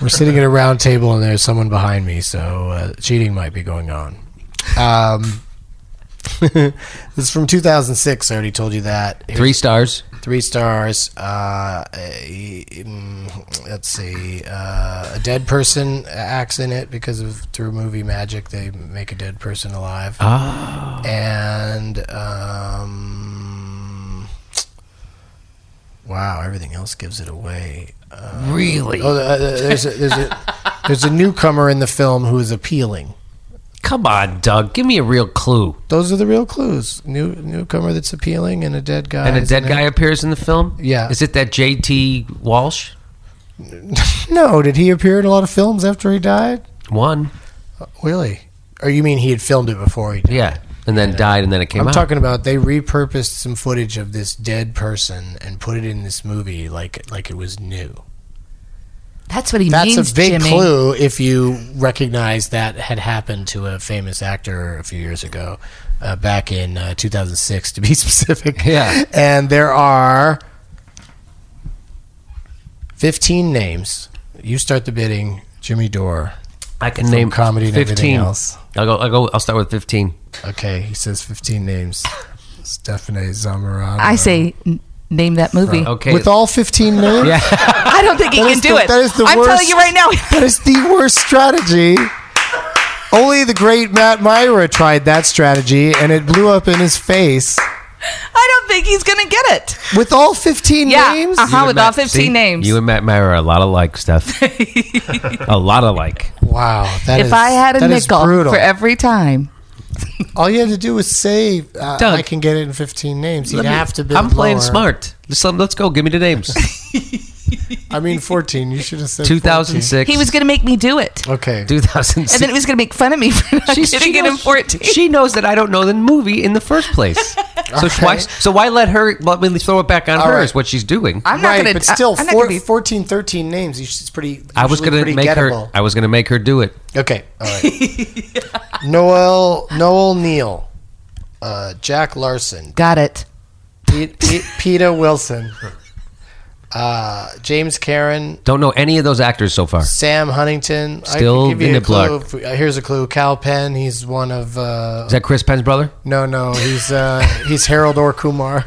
we're sitting at a round table, and there's someone behind me, so uh, cheating might be going on. Um, this is from 2006. I already told you that. Here's-
Three stars.
three stars. Uh, a- mm, let's see, uh, a dead person acts in it because of through movie magic they make a dead person alive.
Ah.
And um, wow, everything else gives it away. Uh, really? Oh, uh, there's a, there's a there's a newcomer in the film who is appealing.
Come on, Doug. Give me a real clue.
Those are the real clues. New newcomer that's appealing and a dead guy.
And a
is
dead
in
guy
it.
appears in the film?
Yeah.
Is it that JT Walsh?
No, did he appear in a lot of films after he died?
One.
Really? Or you mean he had filmed it before he died?
Yeah. And then died, and then it came
I'm
out.
talking about they repurposed some footage of this dead person and put it in this movie like like it was new.
that's what he
That's
means,
a big
Jimmy.
clue if you recognize that had happened to a famous actor a few years ago, uh, back in uh, 2006 to be specific.
Yeah.
And there are 15 names. You start the bidding, Jimmy Dore.
I can
from
name
comedy and everything
15.
else.
I'll go. I'll go. I'll start with fifteen.
Okay, he says 15 names. Stephanie Zamorano.
I say, n- name that movie.
Okay.
With all 15 names?
Yeah.
I don't think he
That
can
is
do
the-
it.
that is the
I'm telling
worst-
you right now.
That is the worst strategy. Only the great Matt Myra tried that strategy and it blew up in his face.
I don't think he's gonna get it.
With all 15
Yeah,
names?
uh-huh.
You and
with all
Matt-
15
see?
names.
You and Matt Meyer are a lot alike, Steph. a lot alike.
Wow. that is
if I had a
that is
nickel
brutal.
for every time,
all you had to do was say, uh,
Doug,
I can get it in 15 names. You'd
Let me-
have to bid
I'm playing
lower.
smart. Just let- let's go. Give me the names.
I mean, 14. You should have said
2006.
he was gonna make me do it,
14. Okay.
2006.
and then he was gonna make fun of me for not
She's-
getting it in 14.
She knows that I don't know the movie in the first place. So
Okay.
why? So why let her? Let me throw it back on
All
her.
right.
Is what she's doing.
I'm not
right,
gonna.
but still,
I, am
four,
not gonna be,
14, 13 names. You should, it's pretty.
I was
usually
gonna
pretty
make
gettable.
her. I was gonna make her do it.
Okay. All right. Noel Noel Neal, uh, Jack Larson,
got it.
Pete, Pete, Peter Wilson, uh, James Karen,
Don't know any of those actors so far.
Sam Huntington.
Still
I can give you
in
a
the
clue. if-
block.
uh, Here's a clue. Cal Penn. He's one of. Uh,
Is that Chris Penn's brother?
no, no. He's uh, he's Harold or Kumar.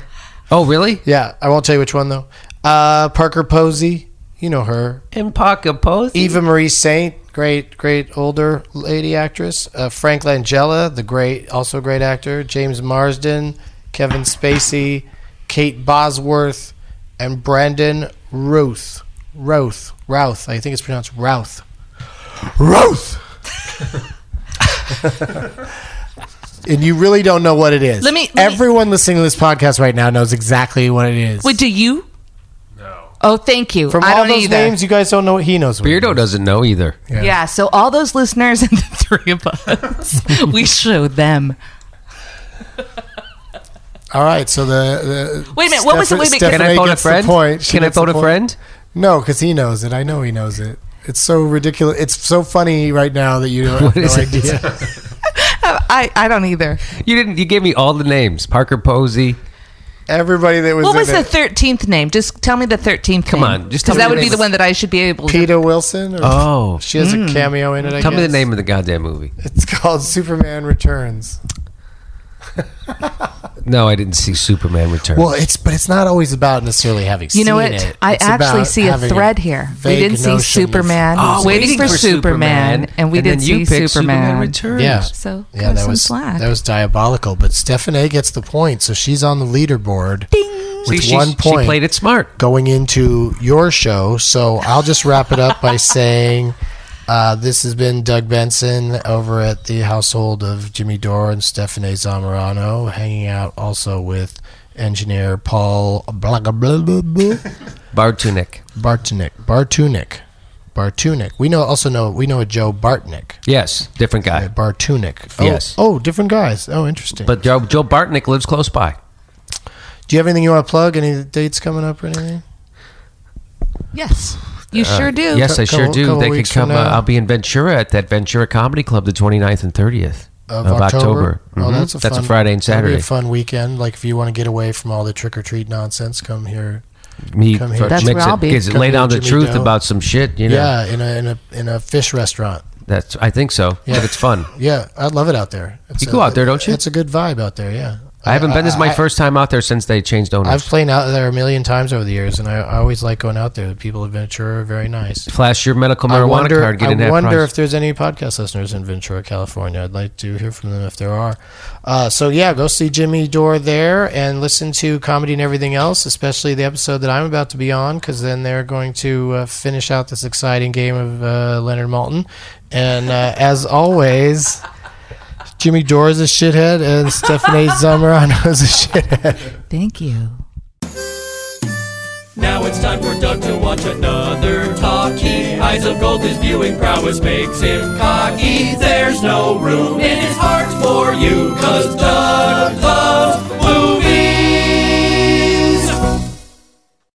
Oh, really?
Yeah, I won't tell you which one though. Uh, Parker Posey. You know her.
Impaka Poth.
Eva Marie Saint, great, great older lady actress. Uh, Frank Langella, the great, also great actor. James Marsden, Kevin Spacey, Kate Bosworth, and Brandon Routh. Routh. Routh. I think it's pronounced Routh. Routh! and you really don't know what it is.
Let me- let me-
Everyone listening to this podcast right now knows exactly what it is.
Wait, do you? No. Oh, thank you.
From
I
all
don't
those
either.
names, you guys don't know what he knows. What it
Beardo
is.
doesn't know either.
yeah. So all those listeners and the three of us, we showed them.
All right, so the, the
Wait a minute, what was the- wait a minute,
Steph-
Can I
Stephanie
phone a
gets the
friend?
point. She
Can I
gets the
phone a
point.
friend?
No, because he knows it. I know he knows it. It's so ridiculous. It's so funny right now that you have no
is it?
idea.
I, I don't either.
You didn't. You gave me all the names. Parker Posey.
Everybody that was
What
in
was the
it.
thirteenth name? Just tell me the thirteenth.
Come
name.
on, just tell
because
me
that
the
would be
name.
the one that I should be able. to...
Peter Wilson? Or
Oh.
She has a cameo in it, I
Tell me the
guess.
name of the goddamn movie.
It's called Superman Returns.
No, I didn't see Superman Returns.
Well, it's but it's not always about necessarily having
You know
seen
what?
it.
I
It's
actually
about
see a
having
thread here. We
vague
didn't see
notion of-
Superman.
Oh,
waiting, for, Superman, and we
then
didn't
you
see
picked
Superman.
Returns.
Yeah.
So
Yeah,
cut
that
some
was
slack.
that was diabolical. But Stephanie gets the point, so she's on the leaderboard
See,
with
she,
one point.
she played it smart.
going into your show. So I'll just wrap it up by saying uh, this has been Doug Benson over at the household of Jimmy Dore and Stephanie Zamorano, hanging out also with engineer Paul blah, blah, blah, blah, blah.
Bartunik.
Bartunik. Bartunik. Bartunik. We know also know we know a Joe Bartnick.
Yes, different guy.
Bartunik. Oh,
Yes.
Oh, different guys. Oh, interesting.
But uh, Joe, Joe Bartnick lives close by.
do you have anything you want to plug? Any dates coming up or anything?
yes, you sure do.
Uh, Yes, I sure
Couple-
do.
couple
They could
weeks from
come. Uh,
now.
I'll be in Ventura at that Ventura Comedy Club the 29th and 30th
of, October. Oh,
Mhm.
that's a fun,
Friday and
that'll be
Saturday.
a fun weekend. Like if you want to get away from all the trick or treat nonsense, come here.
Me
Come here.
for-
That's
mix
where
it-
I'll be.
gives it-
Come
lay
here,
down the
Jimmy
truth
Doe.
about some shit. You know,
Yeah, in a in a in a fish restaurant.
that's. I think so. I
Yeah.
think it's fun.
Yeah, I love it out there. It's
You go out there, don't you?
It's a good vibe out there. Yeah.
I haven't been. This is my
I-
first time out there since they changed owners.
I've played out there a million times over the years, and I, I always like going out there. The people of Ventura are very nice.
Flash your medical
I
marijuana
wonder,
card. Get
I
in that
wonder
price.
if there's any podcast listeners in Ventura, California. I'd like to hear from them if there are. Uh, so yeah, go see Jimmy Dore there and listen to comedy and everything else, especially the episode that I'm about to be on, because then they're going to uh, finish out this exciting game of uh, Leonard Malton. And uh, as always, Jimmy Dore is a shithead, and Stephanie Zamorano is a shithead.
Thank you.
Now it's time for Doug to watch another talkie. Eyes of gold, his viewing prowess makes him cocky. There's no room in his heart for you, cause Doug loves